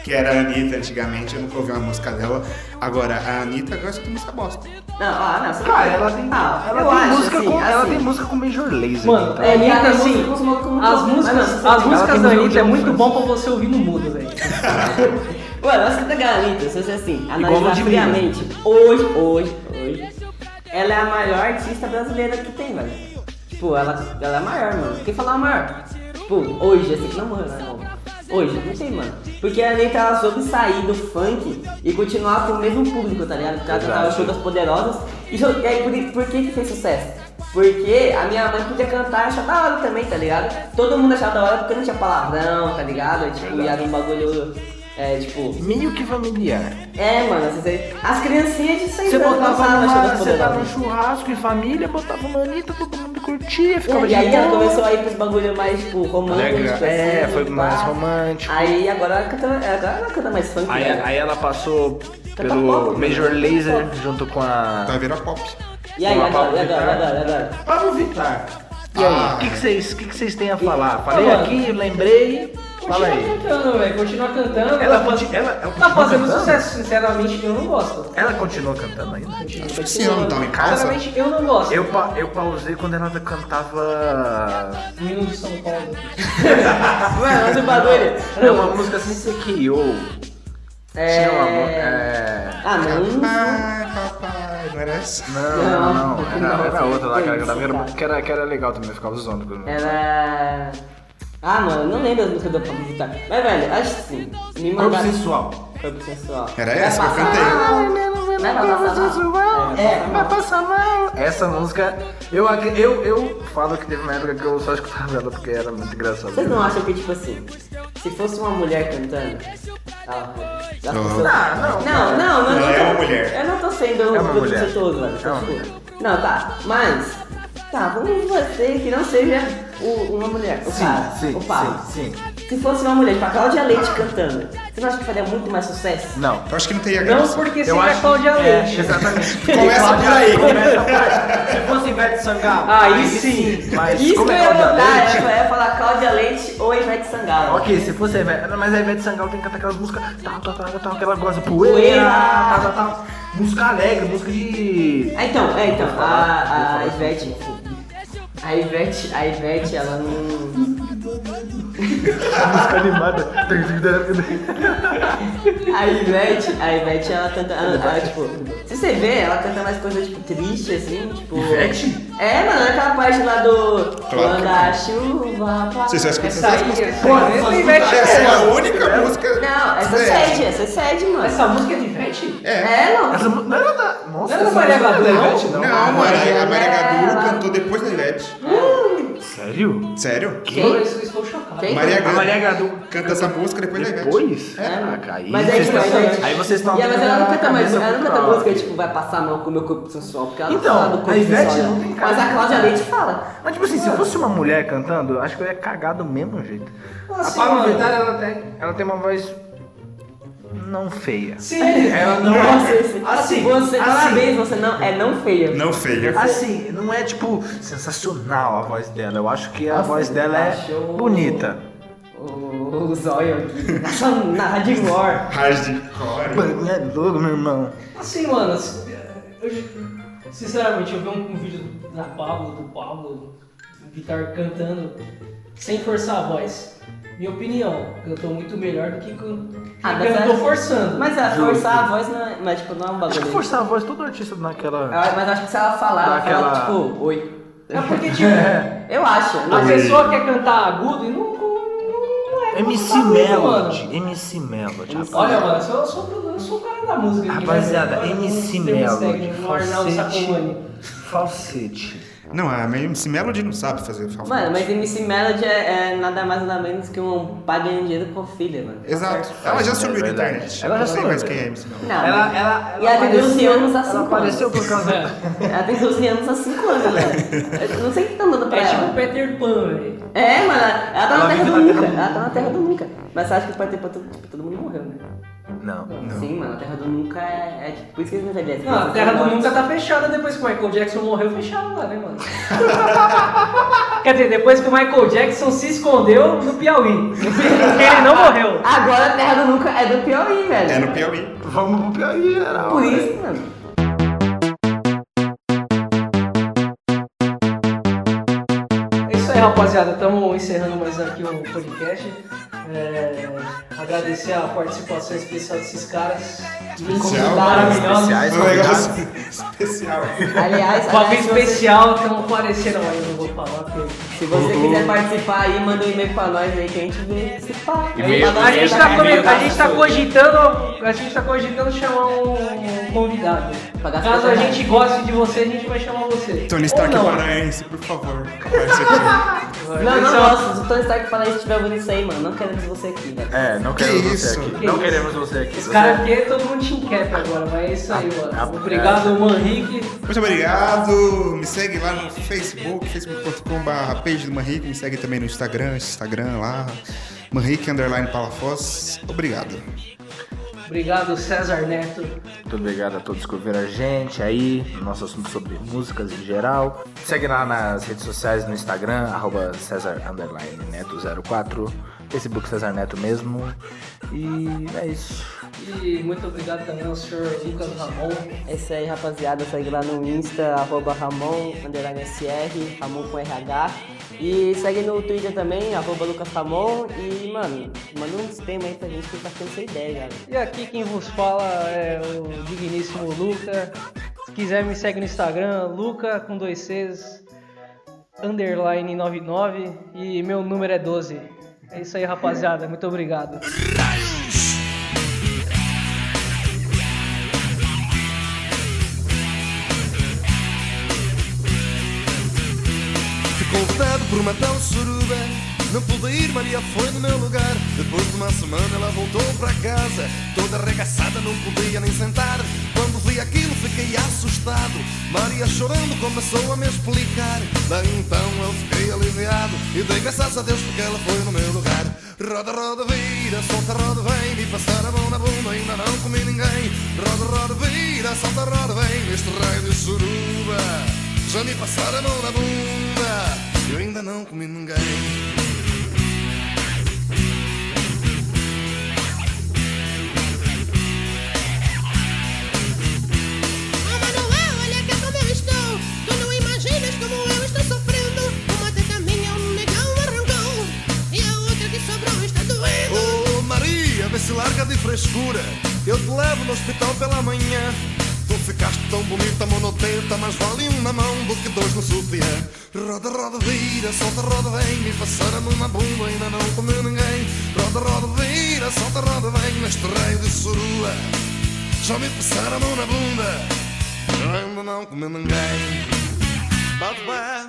Que era a Anitta antigamente, eu nunca ouvi uma música dela. Agora, a Anitta agora só tem música bosta.
Não, ah, não, você
Cara,
não-
ela tem,
Ah,
ela
eu
tem
acho,
música
assim,
com, ela
assim.
tem música com Major Laser.
Mano,
então.
É,
Anitta,
cara,
assim,
música, música, música, música,
As
música. Mas assim,
músicas,
não,
as músicas
tem
da
um
Anitta é
milhão de
muito
fãs.
bom pra você ouvir no mudo, velho.
Mano, as músicas da Galita, se você assim,
Igual
analisar
Ludmilla.
friamente, hoje, hoje, hoje, ela é a maior artista brasileira que tem, velho. Tipo, ela, ela é a maior, mano. Quem falar a maior? Tipo, hoje, assim que não morreu, né? Hoje, não sei, mano. Porque a Anitta, ela soube sair do funk e continuar com o mesmo público, tá ligado? Porque ela cantava show das poderosas. E, show- e aí, por, i- por que que fez sucesso? Porque a minha mãe podia cantar e achar da hora também, tá ligado? Todo mundo achava da hora porque não tinha palavrão, tá ligado? E, tipo, e era um bagulho, é, tipo...
meio que familiar.
É, mano, assim, você- as criancinhas de 6
Você
anos
botava
dançavam Show
numa,
das
você tava no
Poderosas.
churrasco em família, botava uma Anitta, todo mundo curtia, ficava
E aí
de
ela
boa.
começou a ir pros bagulho mais, tipo, romântico.
Alegra-
assim,
é, foi
pá.
mais romântico.
Aí agora ela canta, agora ela canta mais funk,
Aí,
né?
aí ela passou
pop,
pelo
né?
Major Laser junto com a.
Tá virando pop.
E aí,
Uma
agora,
Pablo
e agora, e
Vittar.
agora, e agora?
Pablo Vittar. E aí,
Ah,
o que que vocês que que vocês têm a
E-
falar? Falei
Mano.
aqui, lembrei. Fala
Continua
aí.
cantando, velho. Continua cantando.
Ela, conti- ela, ela
tá
continua
fazendo
cantando?
sucesso, sinceramente, eu não gosto.
Ela continua cantando ainda?
Acho que sim, ela assim, não tava em casa.
Sinceramente, eu não gosto.
Eu, pa- eu pausei quando ela cantava.
Menino de São Paulo.
Mano, olha o
É uma
bagulho.
música assim, CKO.
É.
Tinha uma. mu- É...
Ah, não.
Ai, papai, não era essa?
Não, não,
Não,
não. É. Era, era
não,
outra lá,
que
cara,
isso,
que ela era-
cara.
que era, que era legal também, eu ficava usando. quando-
Era... Ah, mano, eu não lembro as músicas da Pablo Vittar. Mas, velho, acho que sim. Me
Corpo
mandaram... Ah,
sensual.
Corpo sensual.
Era essa que eu cantei.
Vai pra passar mal. É, vai pra
passar mal. Essa música, eu, ac- eu, eu falo que teve uma época que eu só escutava ela porque era muito engraçada.
Vocês não acham que, tipo assim, se fosse uma mulher cantando, ela. as pessoas-
Ah, não,
Não, não, não.
Ela
eu
é
não
uma
tô-
mulher.
Eu não tô sendo
É uma mulher.
preconceituoso, velho.
É uma
tipo,
mulher.
Não, tá, mas. Tá, vamos você que não seja o- uma mulher. O cara.
sim,
o Pablo.
sim,
Se fosse uma mulher, tipo a Cláudia Leite cantando, você não acha que faria muito mais sucesso?
Não.
Eu acho que não teria
Não
graça.
porque seja
é.
Cláudia Leite.
exatamente.
Começa por aí.
Se fosse Ivete Sangalo.
Aí sim.
Mas
Isso
como
que Tá, eu
é
ia
Cláudia
mandar,
Leite?
eu ia falar Cláudia Leite ou Ivete Sangalo.
Ok, se fosse a Ivete. não, Mas a Ivete Sangalo tem que cantar aquelas músicas. Tal, tal, tal, tal, que ela gosta. Poeira.
Poeira.
Tal, tal, tal. Música alegre, música de.
Ah, então, é, então,
Vou falar,
a, a
vou falar.
Ivete. A Ivete, a Ivete, ela não.
Música animada.
A Ivete, a Ivete, ela canta. Ela, ela, tipo, se você vê, ela canta mais coisas tipo, triste, assim, tipo.
Ivete?
É, mano, aquela parte lá do. Quando a chuva.
Vocês já
Essa
escutaram
aí,
essa música?
essa aí. Essa Ivete
Essa é
é.
a única música.
Não, essa é
séria.
sede, essa é sede, mano.
Essa música é de Ivete?
É.
É, não.
Essa mu- não era da. Nossa,
Não era da
essa
Maria
música
Gadu, não?
Ivete,
Não, mano, a Maria
Ela-
Gadu cantou depois da Ivete.
Sério?
Sério?
Eu
Quem?
estou chocado.
Quem?
Maria
A
Gadu
Maria Gadu
canta essa música depois da Ivete.
Depois?
É.
Caraca, aí
Mas aí,
vocês
tipo, a
estão-
Ivete-
aí vocês estão.
E ela- mas ela não canta mais,
cabeça
ela não canta
cultural.
música, tipo, vai passar mal com o meu corpo sensual, porque ela
Então,
não fala do corpo
a Ivete
sensual.
não
dela.
tem cara
Mas a
de-
Cláudia Leite fala.
Mas tipo assim, se fosse uma mulher cantando, eu acho que eu ia cagar do mesmo jeito. a
Nossa,
Pablo
mano.
Vittar, ela tem, ela tem uma voz. não feia.
Sim.
Ela não
Nossa,
é.
esse-
Assim,
você,
assim.
parabéns, você não é não feia.
Não feia.
Assim, não é tipo sensacional a voz dela. Eu acho que a
Nossa,
voz dela é
achou-
bonita.
o, o Zóio aqui na Hardcore.
Hardcore.
bagulho é louco, meu irmão.
Assim, mano, s- eu- sinceramente, eu vi um, um vídeo da Pablo, do Pablo, do Guitar cantando, sem forçar a voz. Minha opinião, cantou muito melhor do que can- que
Ah, mas
cantou
é-
forçando.
Mas é, forçar a voz não é, mas, tipo, não é um
Acho que
bagulho.
forçar a voz todo artista naquela.
Ah, Mas acho que se ela falar,
Dá
ela fala,
aquela-
tipo, oi.
É porque, tipo,
Eu acho.
a
Mas,
pessoa quer cantar agudo e não, não, não é
Tá
MC
bagulho, mano.
Melody. MC Melody. rapaz.
Olha, mano, eu sou, eu sou, eu sou o cara da música. aqui,
Rapaziada,
velho.
MC
Não tem mistério,
Melody.
não é Arnaldo Sacomani.
Falsete. Falsete.
Não, a MC Melody não sabe fazer falta.
mano, mas MC Melody é, é nada mais nada menos que um pai ganhando dinheiro com filha, mano.
Exato. Ela já
É
sumiu na
verdade.
internet.
Ela já
Eu não sei
sumiu,
mais
velho.
quem é MC Melody.
Não.
Ela, ela,
e ela tem 12 anos assim, há 5
ela
anos.
apareceu por causa
É.
Ela tem 12 anos há 5 anos, velho. Eu não sei o que tá andando pra
É
ela.
tipo o Peter Pan, velho.
É, mano, ela tá
Ela
na terra
vive
do
na
nunca.
Terra do
Ela tá na terra do nunca. Mas você acha que pode ter pra todo, tipo, todo mundo morreu, né?
Não.
Sim, mano, a terra do nunca é, é tipo, por isso que eles não envelhecem.
Não, a
Eles
Terra do
morrem.
Nunca tá fechada depois que o Michael Jackson morreu, fecharam lá, né, mano? Quer dizer, depois que o Michael Jackson se escondeu no Piauí. Ele não morreu.
Agora a terra do nunca é do Piauí, velho.
É no Piauí.
Vamos pro Piauí geral. né?
Por
velho.
isso, mano.
É isso aí, rapaziada. Estamos encerrando mais aqui o podcast. É, agradecer a participação especial desses caras.
Especial,
Maravilhosos.
especiais.
Foi um negócio especial.
Aliás,
Um Bagulho
aliás, se você-
especial, estão aparecendo aí, não vou falar. Porque...
Se você quiser participar aí, manda um e-mail pra nós aí que a gente vê se pá.
E-mail,
A gente, tá, come-
e-mail.
a gente tá cogitando, a gente tá cogitando chamar um convidado.
Pagar as
Caso a
contas,
gente goste de você, a gente vai chamar você.
Tony
Ou
Stark
não.
Paraense, por favor. Aparece aqui.
Não, não,
Então,
nossa, se o Tony Stark falar isso, estiver ouvindo isso aí, mano, não queremos você aqui, né? velho.
É, não queremos
Que
você
isso?
aqui.
Que
não
isso?
queremos você aqui.
Os
Você- é
caras aqui, todo mundo te inquieta agora, mas é isso aí, mano. Obrigado, Manrique.
Muito obrigado. Me segue lá no Facebook, facebook.com.br, page do Manrique. Me segue também no Instagram, Instagram lá. Manrique underline Palafoz. Obrigado.
Obrigado, César Neto.
Muito obrigado a todos que ouviram a gente aí, no nosso assunto sobre músicas em geral. Segue lá nas redes sociais, no Instagram, arroba César underline Neto 04, Facebook César Neto mesmo. E é isso.
E muito obrigado também ao senhor Lucas Ramon.
É isso aí, rapaziada. Segue lá no Insta, arroba Ramon, underline SR, Ramon com RH. E segue no Twitter também, arroba Lucas Ramon. E, mano, manda uns temas aí pra gente que tá ficando sem ideia, galera.
E aqui quem vos fala é o digníssimo Luca. Se quiser me segue no Instagram, Luca com dois Cs, underline 99 e meu número é 12. É isso aí, rapaziada. Muito obrigado.
Ficou lutado por uma tal suruba Não pude ir, Maria foi no meu lugar Depois de uma semana ela voltou para casa Toda arregaçada, não podia nem sentar Quando vi aquilo fiquei assustado Maria chorando começou a me explicar Daí então eu fiquei aliviado E dei graças a Deus porque ela foi no meu lugar Roda, roda, vira, solta, roda, vem Me passar a mão na bunda, ainda não comi ninguém Roda, roda, vira, solta, roda, vem Neste raio de suruba Já me passaram a mão na bunda Eu ainda não comi ninguém
Oh, Manoel, olha cá como eu estou. Tu não imaginas como eu estou sofrendo. Uma teta minha, um negão arrancou. E a outra que sobrou está doendo.
Oh Maria, vê se larga de frescura Eu te levo no hospital pela manhã Tu ficaste tão bonita, monoteta Mas vale um na mão do que dois no sutiã Roda, roda, vira, solta, roda, vem Me passaram numa bunda, ainda não comeu ninguém Roda, roda, vira, solta, roda, vem Neste raio de surua Já me passaram a mão na bunda Eu ainda não comeu ninguém Bate pé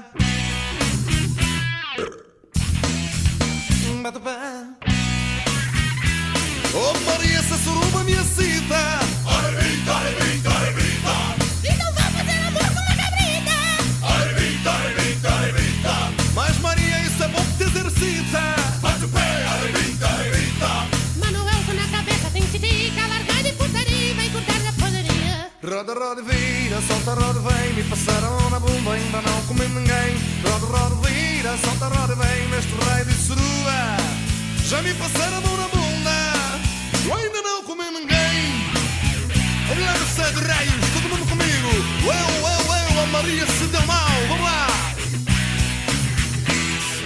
Bate pé Oh Maria, essa suruba me excita
Então vá fazer amor com uma cabrita.
Mas Maria, isso é bom que te exercita
Manoel, com na cabeça tem titica. Largar de putaria e vai cortar da padaria.
Roda, roda, vira, solta, roda, vem Me passaram na bunda, ainda não comi ninguém Roda, roda, vira, solta, roda, vem Neste raio de surua
Já me passaram a mão na bunda Eu ainda não comi ninguém Vamos lá no set de raios, todo mundo comigo Eu, eu, eu, a Maria se deu mal Vamos lá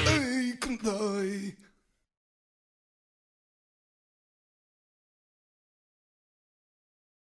Ai, que me dói